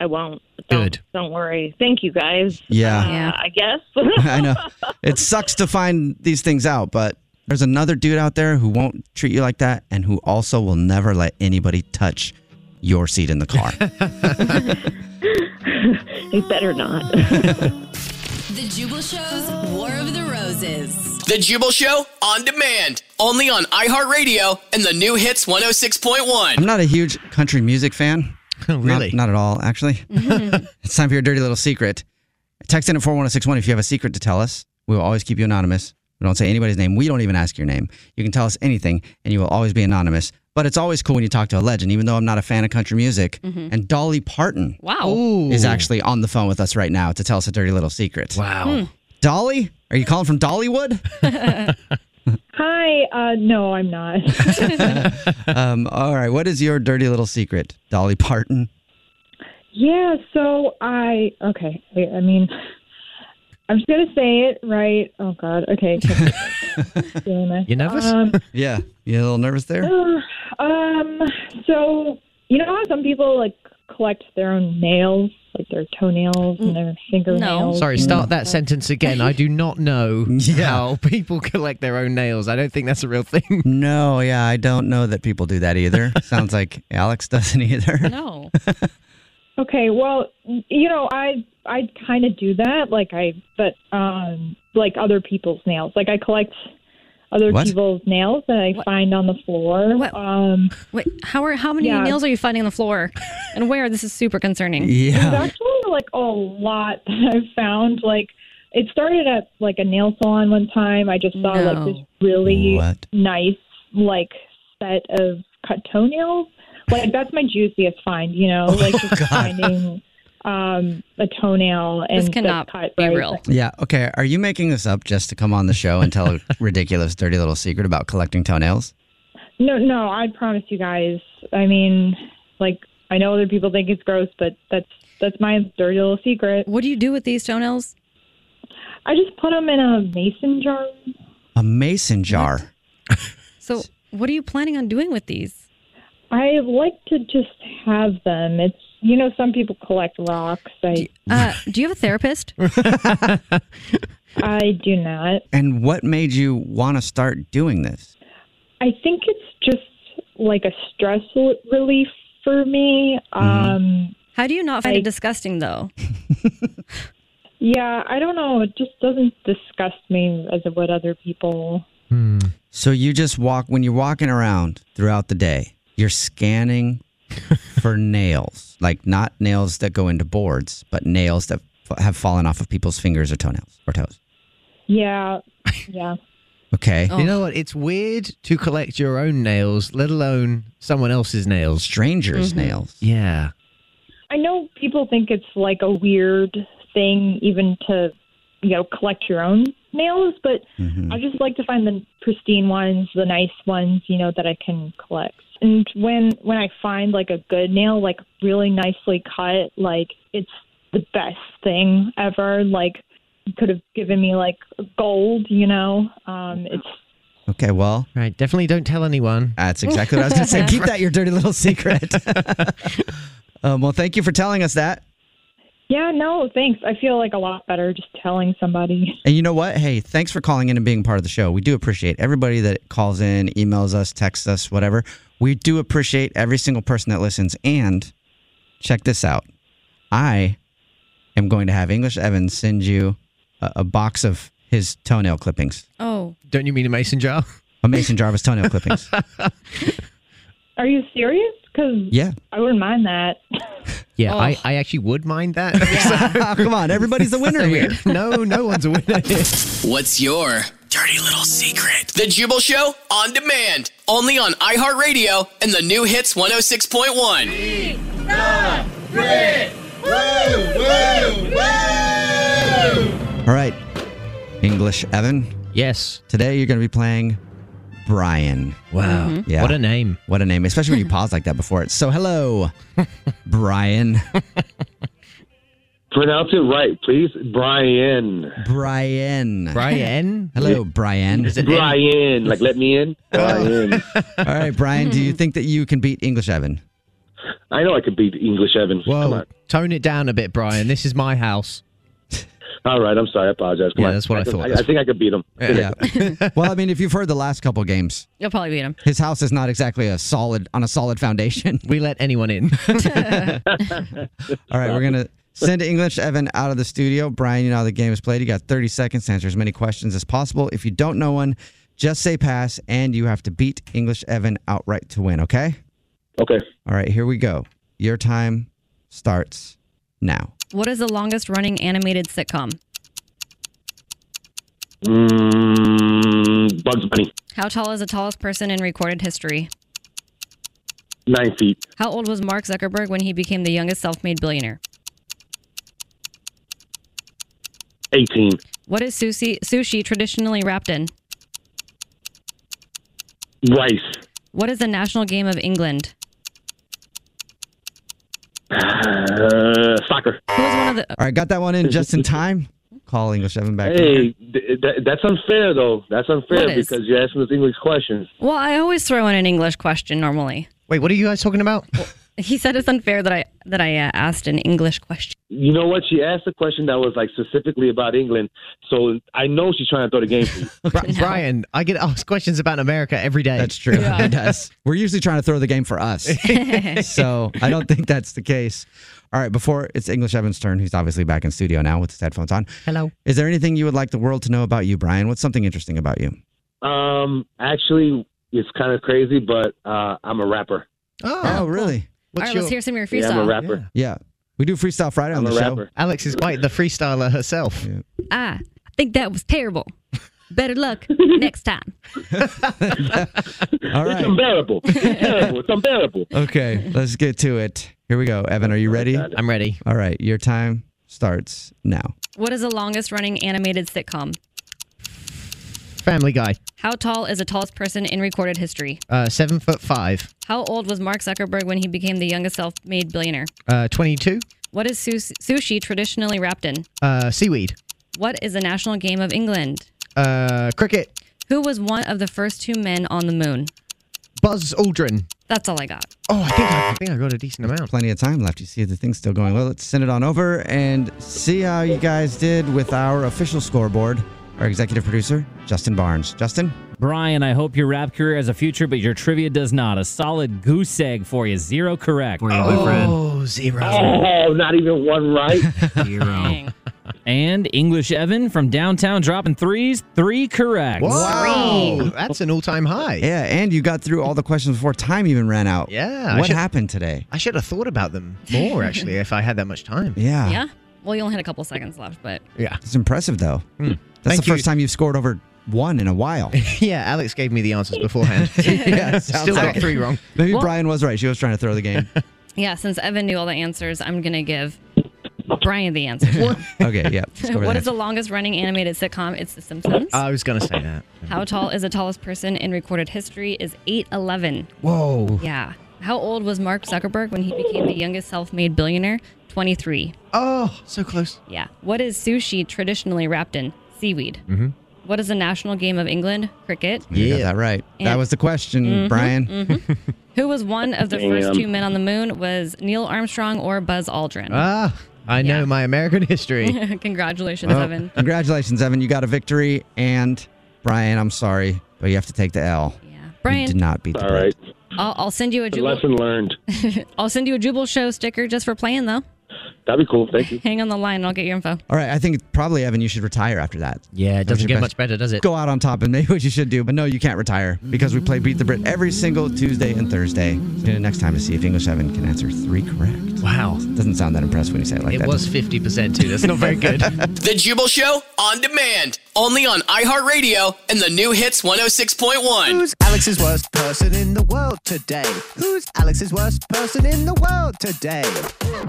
[SPEAKER 13] I won't. Don't,
[SPEAKER 2] Good.
[SPEAKER 13] Don't worry. Thank you guys.
[SPEAKER 2] Yeah.
[SPEAKER 13] Uh,
[SPEAKER 2] Yeah.
[SPEAKER 13] I guess.
[SPEAKER 2] I know. It sucks to find these things out, but there's another dude out there who won't treat you like that and who also will never let anybody touch your seat in the car.
[SPEAKER 13] you better not.
[SPEAKER 9] The Jubal Show's War of the Roses.
[SPEAKER 1] The Jubal Show on demand, only on iHeartRadio and the new hits 106.1.
[SPEAKER 2] I'm not a huge country music fan. Oh, really? Not, not at all, actually. it's time for your dirty little secret. Text in at 41061 if you have a secret to tell us. We will always keep you anonymous. We don't say anybody's name. We don't even ask your name. You can tell us anything and you will always be anonymous. But it's always cool when you talk to a legend, even though I'm not a fan of country music.
[SPEAKER 4] Mhm.
[SPEAKER 2] And Dolly Parton
[SPEAKER 4] Wow.
[SPEAKER 2] is actually on the phone with us right now to tell us a dirty little secret. Wow.
[SPEAKER 15] Hmm.
[SPEAKER 2] Dolly? Are you calling from Dollywood?
[SPEAKER 15] Hi. Uh, no, I'm not.
[SPEAKER 2] um, all right. What is your dirty little secret, Dolly Parton?
[SPEAKER 15] yeah. So I. Okay. I, I mean, I'm just gonna say it, right? Oh God. Okay. Doing this.
[SPEAKER 2] You
[SPEAKER 15] nervous? Um,
[SPEAKER 2] yeah. You a little nervous there?
[SPEAKER 15] uh, um. So you know how some people like collect their own nails, like their toenails and their fingernails. Mm.
[SPEAKER 5] Sorry,
[SPEAKER 15] and
[SPEAKER 5] start that
[SPEAKER 15] stuff?
[SPEAKER 5] sentence again. I do not know how Oh, people collect their own nails. I don't think that's a real thing.
[SPEAKER 2] No, yeah, I don't know that people do that either. Sounds like Alex doesn't either.
[SPEAKER 4] No.
[SPEAKER 15] Okay, well, you know, I I kind of do that, like I, but um, like other people's nails, like I collect other
[SPEAKER 4] What?
[SPEAKER 15] people's nails that I find on the floor. Um,
[SPEAKER 4] Wait, how are how many
[SPEAKER 15] Yeah.
[SPEAKER 4] nails are you finding on the floor? And where? This is super concerning.
[SPEAKER 15] There's actually like a lot that I've found. Like it started at like a nail salon one time. I just saw
[SPEAKER 4] No.
[SPEAKER 15] like this really
[SPEAKER 2] What?
[SPEAKER 15] nice like set of cut toenails. Like that's my juiciest find, you know, like just finding um, a toenail and
[SPEAKER 4] This cannot
[SPEAKER 15] get cut,
[SPEAKER 4] be
[SPEAKER 15] right?
[SPEAKER 4] real.
[SPEAKER 2] Yeah. Okay. Are you making this up just to come on the show and tell a ridiculous, dirty little secret about collecting toenails?
[SPEAKER 15] No, no, I promise you guys. I mean, like I know other people think it's gross, but that's that's my dirty little secret.
[SPEAKER 4] What do you do with these toenails?
[SPEAKER 15] I just put them in a mason jar.
[SPEAKER 2] A mason jar.
[SPEAKER 4] So, what are you planning on doing with these?
[SPEAKER 15] I like to just have them. It's you know, some people collect rocks. I
[SPEAKER 4] Uh, do you have a therapist?
[SPEAKER 15] I do not.
[SPEAKER 2] And what made you want to start doing this?
[SPEAKER 15] I think it's just like a stress l- relief for me.
[SPEAKER 5] Mm-hmm.
[SPEAKER 15] Um,
[SPEAKER 4] How do you not find
[SPEAKER 15] I-
[SPEAKER 4] it disgusting though?
[SPEAKER 15] yeah, I don't know. It just doesn't disgust me as it would other people.
[SPEAKER 2] So you just walk when you're walking around throughout the day, you're scanning for nails, like not nails that go into boards, but nails that f- have fallen off of people's fingers or toenails or toes.
[SPEAKER 15] Yeah, yeah.
[SPEAKER 2] Okay.
[SPEAKER 5] You
[SPEAKER 4] Oh.
[SPEAKER 5] know what? It's weird to collect your own nails, let alone someone else's nails.
[SPEAKER 2] Strangers'
[SPEAKER 15] Mhm.
[SPEAKER 13] Mm-hmm.
[SPEAKER 2] nails.
[SPEAKER 5] Yeah.
[SPEAKER 15] I know people think it's like a weird thing, even to you know collect your own nails, but
[SPEAKER 1] Hmm.
[SPEAKER 15] I just like to find the pristine ones, the nice ones, you know, that I can collect. And when when I find like a good nail, like really nicely cut, like it's the best thing ever. Like you could have given me like gold, you know. Um, it's
[SPEAKER 2] Okay. Well,
[SPEAKER 5] Right. Definitely don't tell anyone.
[SPEAKER 2] That's exactly what I was going to say. Keep that your dirty little secret. um, well, thank you for telling us that.
[SPEAKER 15] yeah, no, thanks. I feel like a lot better just telling somebody.
[SPEAKER 2] And you know what? Hey, thanks for calling in and being part of the show. We do appreciate everybody that calls in, emails us, texts us, whatever. We do appreciate every single person that listens. And check this out I am going to have English Evan send you a, a box of his toenail clippings,
[SPEAKER 4] Oh,
[SPEAKER 5] Don't you mean a mason jar?
[SPEAKER 2] a Mason Jarvis toenail clippings.
[SPEAKER 15] Are you serious? Because
[SPEAKER 2] Yeah.
[SPEAKER 15] I wouldn't mind that.
[SPEAKER 5] Yeah,
[SPEAKER 15] Oh.
[SPEAKER 5] I, I actually would mind that.
[SPEAKER 2] Oh, Come on, everybody's the winner here.
[SPEAKER 5] no, no one's a winner here.
[SPEAKER 1] What's your dirty little secret? The Jubal Show on demand, only on iHeartRadio and the new hits 106.1.
[SPEAKER 2] All right, English Evan.
[SPEAKER 5] Yes.
[SPEAKER 2] Today you're going to be playing Brian.
[SPEAKER 5] Wow. Mhm. What a name.
[SPEAKER 2] What a name, especially when you pause like that before it. So, hello, Brian.
[SPEAKER 16] Pronounce it right, please. Brian.
[SPEAKER 2] Brian.
[SPEAKER 16] Brian?
[SPEAKER 2] Hello, Brian.
[SPEAKER 16] Brian. Like, let me in. Brian.
[SPEAKER 2] All right, Brian, do you think that you can beat English Evan?
[SPEAKER 16] I know I could beat English Evans. Come
[SPEAKER 5] Whoa.
[SPEAKER 16] on.
[SPEAKER 5] Tone it down a bit, Brian. This is my house.
[SPEAKER 16] All right, I'm sorry. I apologize. Come
[SPEAKER 5] Yeah,
[SPEAKER 16] on.
[SPEAKER 5] that's what I
[SPEAKER 16] can-
[SPEAKER 5] thought.
[SPEAKER 16] I, think I could beat him.
[SPEAKER 2] Yeah. well, I mean, if you've heard the last couple games,
[SPEAKER 4] You'll probably beat him.
[SPEAKER 2] his house is not exactly a solid on a solid foundation.
[SPEAKER 5] We let anyone in.
[SPEAKER 2] All right, we're gonna send English Evan out of the studio. Brian, you know how the game is played. You got 30 seconds to answer as many questions as possible. If you don't know one, just say pass, and you have to beat English Evan outright to win. Okay.
[SPEAKER 16] Okay.
[SPEAKER 2] All right, here we go. Your time starts now.
[SPEAKER 4] What is the longest running animated sitcom?
[SPEAKER 16] Mm, Bugs Bunny.
[SPEAKER 4] How tall is the tallest person in recorded history?
[SPEAKER 16] Nine feet.
[SPEAKER 4] How old was Mark Zuckerberg when he became the youngest self-made billionaire?
[SPEAKER 16] 18.
[SPEAKER 4] What is sushi sushi traditionally wrapped in?
[SPEAKER 16] Rice.
[SPEAKER 4] What is the national game of England?
[SPEAKER 16] Uh, soccer.
[SPEAKER 2] All right, got that one in just in time. Call English Evan back.
[SPEAKER 16] Hey, th- th- that's unfair, though. That's unfair
[SPEAKER 4] What is?
[SPEAKER 16] because you're asking us English questions.
[SPEAKER 4] Well, I always throw in an English question normally.
[SPEAKER 5] Wait, what are you guys talking about?
[SPEAKER 4] He said it's unfair that I that I uh, asked an English question.
[SPEAKER 16] You know what? She asked a question that was like specifically about England, so I know she's trying to throw the game for you.
[SPEAKER 5] Bri- Brian, I get asked questions about America every day. That's
[SPEAKER 2] true. He does. We're usually trying to throw the game for us. so I don't think that's the case. All right, before it's English Evan's turn, who's obviously back in studio now with his headphones on.
[SPEAKER 5] Hello.
[SPEAKER 2] Is there anything you would like the world to know about you, Brian? What's something interesting about you?
[SPEAKER 16] Um, actually, it's kind of crazy, but uh, I'm a rapper.
[SPEAKER 5] Oh,
[SPEAKER 2] really?
[SPEAKER 4] All right, let's hear some of your
[SPEAKER 16] Yeah,
[SPEAKER 4] freestyle.
[SPEAKER 16] I'm a rapper.
[SPEAKER 2] Yeah. We do Freestyle Friday on
[SPEAKER 16] I'm a
[SPEAKER 2] the show.
[SPEAKER 16] rapper.
[SPEAKER 5] Alex is quite the freestyler herself.
[SPEAKER 4] Ah, I think that was terrible. Better luck next time.
[SPEAKER 2] All
[SPEAKER 16] It's unbearable. It's terrible. It's unbearable.
[SPEAKER 2] Okay, let's get to it. Here we go. Evan, are you ready?
[SPEAKER 5] I'm ready.
[SPEAKER 2] All right. Your time starts now.
[SPEAKER 4] What is the longest running animated sitcom?
[SPEAKER 5] Family Guy.
[SPEAKER 4] How tall is the tallest person in recorded history?
[SPEAKER 5] Uh, seven foot five.
[SPEAKER 4] How old was Mark Zuckerberg when he became the youngest self made billionaire?
[SPEAKER 5] Uh, 22.
[SPEAKER 4] What is sus- sushi traditionally wrapped in?
[SPEAKER 5] Uh, seaweed.
[SPEAKER 4] What is the national game of England?
[SPEAKER 5] Uh, cricket.
[SPEAKER 4] Who was one of the first two men on the moon?
[SPEAKER 5] Buzz Aldrin.
[SPEAKER 4] That's all I got.
[SPEAKER 5] Oh, I think I, I think I got a decent amount.
[SPEAKER 2] Plenty of time left. You see the thing's still going. Well, let's send it on over and see how you guys did with our official scoreboard. Our executive producer, Justin Barnes. Justin?
[SPEAKER 17] Brian, I hope your rap career has a future, but your trivia does not. A solid goose egg for you. Zero correct. For you,
[SPEAKER 5] my friend. zero.
[SPEAKER 16] Oh, not even one right.
[SPEAKER 17] Zero. and English Evan from downtown dropping threes. Three correct.
[SPEAKER 5] Wow, Oh, that's an all-time high.
[SPEAKER 2] Yeah, and you got through all the questions before time even ran out.
[SPEAKER 5] Yeah, I
[SPEAKER 2] What
[SPEAKER 5] should-
[SPEAKER 2] happened today?
[SPEAKER 5] I should have thought about them more actually if I had that much time.
[SPEAKER 2] Yeah.
[SPEAKER 4] Yeah? Well, you only had a couple seconds left, but
[SPEAKER 5] Yeah. Hmm.
[SPEAKER 2] It's impressive, though. That's
[SPEAKER 5] Thank
[SPEAKER 2] the first
[SPEAKER 5] you.
[SPEAKER 2] time you've scored over one in a while.
[SPEAKER 5] Yeah, Alex gave me the answers beforehand. Still got three wrong.
[SPEAKER 2] Maybe
[SPEAKER 4] Well-
[SPEAKER 2] Brian was right. She was trying to throw the game.
[SPEAKER 4] yeah, since Evan knew all the answers, I'm going to give Brian the answer.
[SPEAKER 2] okay, yeah. let's go over
[SPEAKER 4] what
[SPEAKER 2] the
[SPEAKER 4] is the longest running animated sitcom? It's The Simpsons.
[SPEAKER 5] I was gonna say that.
[SPEAKER 4] How tall is the tallest person in recorded history? Is 8'11.
[SPEAKER 5] Whoa.
[SPEAKER 4] Yeah. How old was Mark Zuckerberg when he became the youngest self made billionaire? 23.
[SPEAKER 5] Oh, so close.
[SPEAKER 4] Yeah. What is sushi traditionally wrapped in? Seaweed.
[SPEAKER 5] Mm-hmm.
[SPEAKER 4] What is the national game of England? Cricket.
[SPEAKER 2] next- You got that right. that
[SPEAKER 4] And-
[SPEAKER 2] was the question,
[SPEAKER 4] Mhm,
[SPEAKER 2] Brian.
[SPEAKER 4] mhm. Who was one of the first
[SPEAKER 5] Damn.
[SPEAKER 4] two men on the moon? Was Neil Armstrong or Buzz Aldrin?
[SPEAKER 5] Ah, I know my American history.
[SPEAKER 4] Congratulations,
[SPEAKER 2] Well,
[SPEAKER 4] Evan.
[SPEAKER 2] Congratulations, Evan. You got a victory. And Brian, I'm sorry, but you have to take the L. Yeah.
[SPEAKER 4] Brian.
[SPEAKER 2] You did not beat the
[SPEAKER 16] All right.
[SPEAKER 4] I'll, I'll send you a jubal.
[SPEAKER 16] Lesson learned.
[SPEAKER 4] I'll send you a jubal show sticker just for playing though.
[SPEAKER 16] That'd be cool. Thank you.
[SPEAKER 4] Hang on the line, and I'll get your info.
[SPEAKER 2] All right, I think probably Evan, you should retire after that.
[SPEAKER 17] Yeah, it doesn't get much better, does it?
[SPEAKER 2] Go out on top, and maybe what you should do. But no, you can't retire because we play Beat the Brit every single Tuesday and Thursday. Tune in next time to see if English Evan can answer three correct.
[SPEAKER 5] Wow,
[SPEAKER 2] doesn't sound that impressed when you say it like
[SPEAKER 5] It
[SPEAKER 2] that.
[SPEAKER 5] was 50% too. That's not very good.
[SPEAKER 1] The Jubal Show on demand, only on iHeartRadio and the new hits 106.1.
[SPEAKER 18] Who's Alex's worst person in the world today? Who's Alex's worst person in the world today?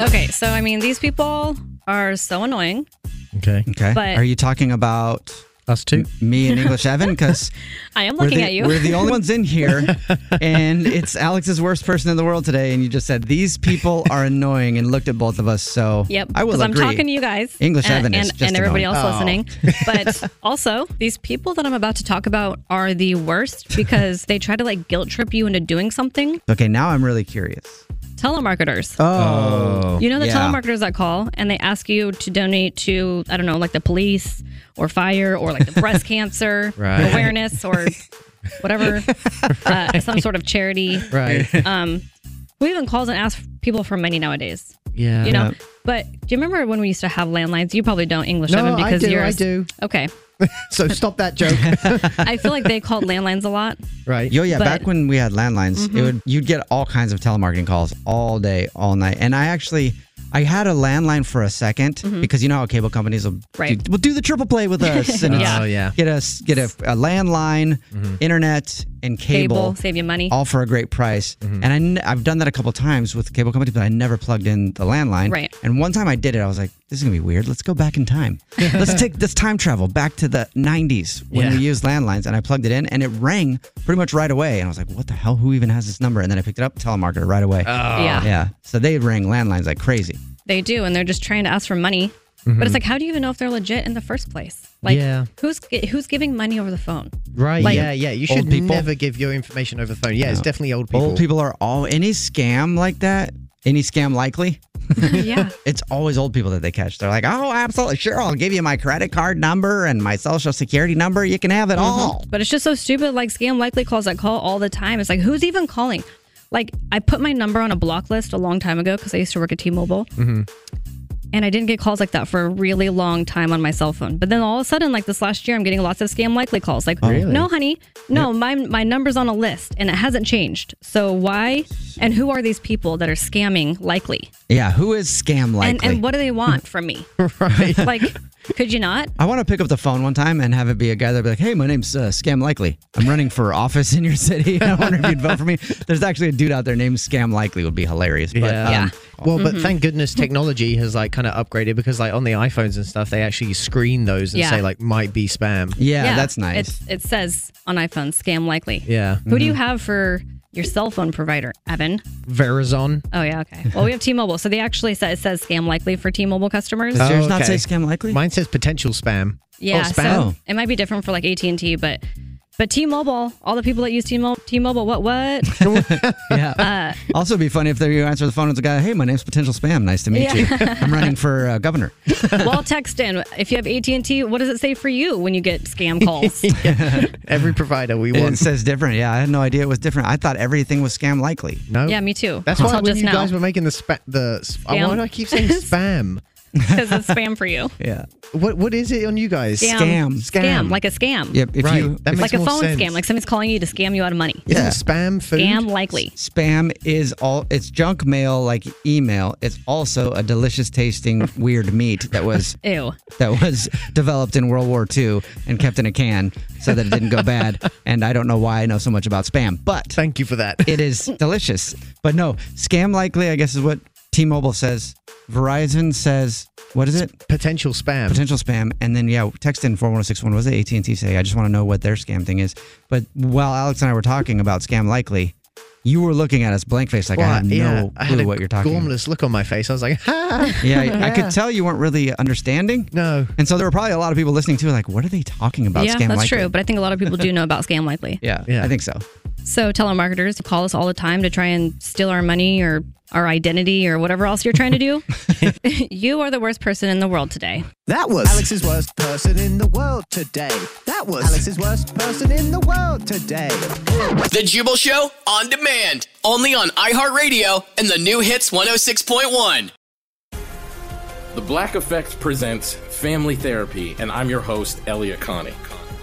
[SPEAKER 4] Okay, so I mean, these people are so annoying.
[SPEAKER 2] Okay. Okay.
[SPEAKER 4] But-
[SPEAKER 2] Are you talking about us two? Me and English Evan? Because
[SPEAKER 4] I am
[SPEAKER 2] we're
[SPEAKER 4] looking
[SPEAKER 2] the,
[SPEAKER 4] at you.
[SPEAKER 2] We're the only ones in here, and it's Alex's worst person in the world today. And you just said these people are annoying, and looked at both of us. So
[SPEAKER 4] Yep.
[SPEAKER 2] I will
[SPEAKER 4] Because I'm
[SPEAKER 2] agree.
[SPEAKER 4] talking to you guys.
[SPEAKER 2] English
[SPEAKER 4] and,
[SPEAKER 2] Evan is
[SPEAKER 4] and,
[SPEAKER 2] just
[SPEAKER 4] and everybody
[SPEAKER 2] annoying.
[SPEAKER 4] else
[SPEAKER 2] Oh.
[SPEAKER 4] listening. But also, these people that I'm about to talk about are the worst because they try to like guilt trip you into doing something.
[SPEAKER 2] Oh. Okay, now I'm really curious.
[SPEAKER 4] Telemarketers.
[SPEAKER 2] Oh,
[SPEAKER 4] You know the
[SPEAKER 2] yeah.
[SPEAKER 4] telemarketers that call and they ask you to donate to I don't know, like the police or fire or like the breast cancer
[SPEAKER 5] Right.
[SPEAKER 4] awareness or whatever, uh, some sort of charity.
[SPEAKER 5] Right.
[SPEAKER 4] Um, we even calls and asks people for money nowadays.
[SPEAKER 5] Yeah.
[SPEAKER 4] You know.
[SPEAKER 5] Yeah.
[SPEAKER 4] But do you remember when we used to have landlines? You probably don't English
[SPEAKER 5] No,
[SPEAKER 4] Evan
[SPEAKER 5] I
[SPEAKER 4] because
[SPEAKER 5] do,
[SPEAKER 4] you're
[SPEAKER 5] I do.
[SPEAKER 4] Okay.
[SPEAKER 5] so stop that joke.
[SPEAKER 4] I feel like they called landlines a lot.
[SPEAKER 2] Right. Yo, yeah.
[SPEAKER 4] But-
[SPEAKER 2] back when we had landlines, it
[SPEAKER 4] Mhm.
[SPEAKER 2] would you'd get all kinds of telemarketing calls all day, all night. And I actually, I had a landline for a 2nd
[SPEAKER 4] Mhm.
[SPEAKER 2] because you know how cable companies will
[SPEAKER 4] Right.
[SPEAKER 2] do, will do the triple play with us. And it's-
[SPEAKER 5] Oh, yeah. Mm-hmm.
[SPEAKER 2] Get us get a, a landline, internet, and cable.
[SPEAKER 4] Cable, save you money.
[SPEAKER 2] All for a great price.
[SPEAKER 5] Mm-hmm.
[SPEAKER 2] And I n- I've done that a couple times with cable companies, but I never plugged in the landline.
[SPEAKER 4] Right.
[SPEAKER 2] And one time I did it, I was like, this is gonna be weird. Let's go back in time. Let's take this time travel back to the 90s when
[SPEAKER 5] Yeah.
[SPEAKER 2] we used landlines. And I plugged it in and it rang pretty much right away. And I was like, what the hell? Who even has this number? And then I picked it up, telemarketer right away.
[SPEAKER 5] Oh.
[SPEAKER 4] Yeah.
[SPEAKER 2] Yeah. So they rang landlines like crazy.
[SPEAKER 4] They do, and they're just trying to ask for money. But
[SPEAKER 2] Mhm.
[SPEAKER 4] it's like, how do you even know if they're legit in the first place? Like,
[SPEAKER 5] Mm-hmm. Yeah.
[SPEAKER 4] who's who's giving money over the phone?
[SPEAKER 5] Right.
[SPEAKER 2] Like-
[SPEAKER 5] yeah, yeah. You
[SPEAKER 2] Old
[SPEAKER 5] should
[SPEAKER 2] people?
[SPEAKER 5] never give your information over the phone. Yeah, it's
[SPEAKER 2] No.
[SPEAKER 5] definitely old people.
[SPEAKER 2] Old people are all any scam like that. Any scam likely?
[SPEAKER 4] yeah.
[SPEAKER 2] It's always old people that they catch. They're like, "Oh, absolutely, sure. I'll give you my credit card number and my social security number. You can have it all."
[SPEAKER 4] Mm-hmm. But it's just so stupid. Like scam likely calls that call all the time. It's like, who's even calling? Like, I put my number on a block list a long time ago because I used to work at T-Mobile,
[SPEAKER 5] Mm-hmm.
[SPEAKER 4] and I didn't get calls like that for a really long time on my cell phone. But then all of a sudden, like this last year, I'm getting lots of scam likely calls. Like,
[SPEAKER 5] Oh. Really?
[SPEAKER 4] no, honey, no, my my number's on a list and it hasn't changed. So why? And who are these people that are scamming likely?
[SPEAKER 2] Yeah, who is scam likely?
[SPEAKER 4] And and what do they want from me?
[SPEAKER 5] right.
[SPEAKER 4] Like, Could you not?
[SPEAKER 2] I want to pick up the phone one time and have it be a guy that'd be like, "Hey, my name's uh, Scam Likely. I'm running for office in your city. I wonder if you'd vote for me." There's actually a dude out there named Scam Likely. Would be hilarious. But, um,
[SPEAKER 5] Well, but thank goodness technology has like kind of upgraded because like on the iPhones and stuff, they actually screen those and
[SPEAKER 4] Yeah.
[SPEAKER 5] say like might be spam.
[SPEAKER 4] It's, it says on iPhone, scam likely.
[SPEAKER 5] Yeah.
[SPEAKER 4] Who do you
[SPEAKER 5] Mhm.
[SPEAKER 4] have for your cell phone provider, Evan?
[SPEAKER 5] Verizon.
[SPEAKER 4] Oh yeah, okay. Well, we have T-Mobile, so they actually say it says scam likely for T-Mobile customers.
[SPEAKER 2] scam likely?
[SPEAKER 5] Oh, Mine says potential spam.
[SPEAKER 4] Yeah,
[SPEAKER 5] Oh, spam.
[SPEAKER 4] so it might be different for like AT and T, but but T-Mobile, all the people that use T-Mobile, T-Mobile, what what? yeah. Uh,
[SPEAKER 2] Also, it'd be funny if there you answer the phone and it's a guy, "Hey, my name's Potential Spam. Nice to meet
[SPEAKER 4] Yeah.
[SPEAKER 2] you. I'm running for uh, governor."
[SPEAKER 4] well, text in if you have AT and T. What does it say for you when you get scam calls?
[SPEAKER 5] Every provider we
[SPEAKER 2] want. It says different. Yeah, I had no idea it was different. I thought everything was scam likely.
[SPEAKER 5] No.
[SPEAKER 4] Yeah, me too.
[SPEAKER 5] That's
[SPEAKER 4] Until
[SPEAKER 5] why when
[SPEAKER 4] just
[SPEAKER 5] you
[SPEAKER 4] now.
[SPEAKER 5] guys were making the spa- the sp- oh, why do I keep saying spam?
[SPEAKER 4] Because it's spam for you.
[SPEAKER 2] Oh, Yeah.
[SPEAKER 5] What what is it on you guys?
[SPEAKER 4] Scam. Like a scam.
[SPEAKER 2] Yep, if
[SPEAKER 5] right.
[SPEAKER 2] you-
[SPEAKER 5] that makes
[SPEAKER 4] like a
[SPEAKER 5] more
[SPEAKER 4] phone
[SPEAKER 5] sense.
[SPEAKER 4] scam. Like somebody's calling you to scam you out of money.
[SPEAKER 2] Yeah.
[SPEAKER 5] spam food?
[SPEAKER 4] Scam likely.
[SPEAKER 2] Spam is all it's junk mail like email. It's also a delicious tasting weird meat that was
[SPEAKER 4] Ew.
[SPEAKER 2] that was developed in World War II and kept in a can so that it didn't go bad. And I don't know why I know so much about spam, but
[SPEAKER 5] thank you for that.
[SPEAKER 2] It is delicious. But no, scam likely, I guess, is what T Mobile says. Verizon says, what is it?
[SPEAKER 5] Potential spam.
[SPEAKER 2] Potential spam. And then, yeah, text in 41061. What does the AT&T say? I just want to know what their scam thing is. But while Alex and I were talking about scam likely, you were looking at us blank faced like, I
[SPEAKER 5] Well,
[SPEAKER 2] have no
[SPEAKER 5] yeah,
[SPEAKER 2] clue
[SPEAKER 5] I had a
[SPEAKER 2] what you're talking about.
[SPEAKER 5] gormless look on my face. I was like, ha.
[SPEAKER 2] Yeah, I- I could tell you weren't really understanding.
[SPEAKER 5] No.
[SPEAKER 2] And so there were probably a lot of people listening too, like, what are they talking about?
[SPEAKER 4] yeah,
[SPEAKER 2] scam
[SPEAKER 4] that's
[SPEAKER 2] likely?
[SPEAKER 4] true. But I think a lot of people do know about scam likely.
[SPEAKER 2] Yeah, yeah, I think so.
[SPEAKER 4] So telemarketers call us all the time to try and steal our money or our identity or whatever else you're trying to do. you are the worst person in the world today.
[SPEAKER 19] That was Alex's worst person in the world today. That was Alex's worst person in the world today.
[SPEAKER 1] The Jubal Show on demand, only on iHeartRadio and the new hits 106.1.
[SPEAKER 20] The Black Effect presents Family Therapy, and I'm your host, Elia Connie.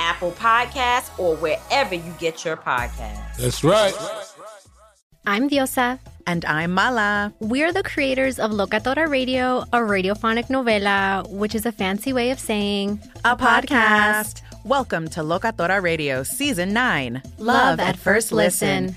[SPEAKER 21] Apple Podcasts, or wherever you get your podcasts.
[SPEAKER 20] That's right.
[SPEAKER 22] I'm Diosa. And I'm Mala. We are the creators of Locatora Radio, a radiophonic novela, which is a fancy way of saying
[SPEAKER 23] a podcast. Welcome to Locatora Radio Season 9
[SPEAKER 22] Love at First Listen.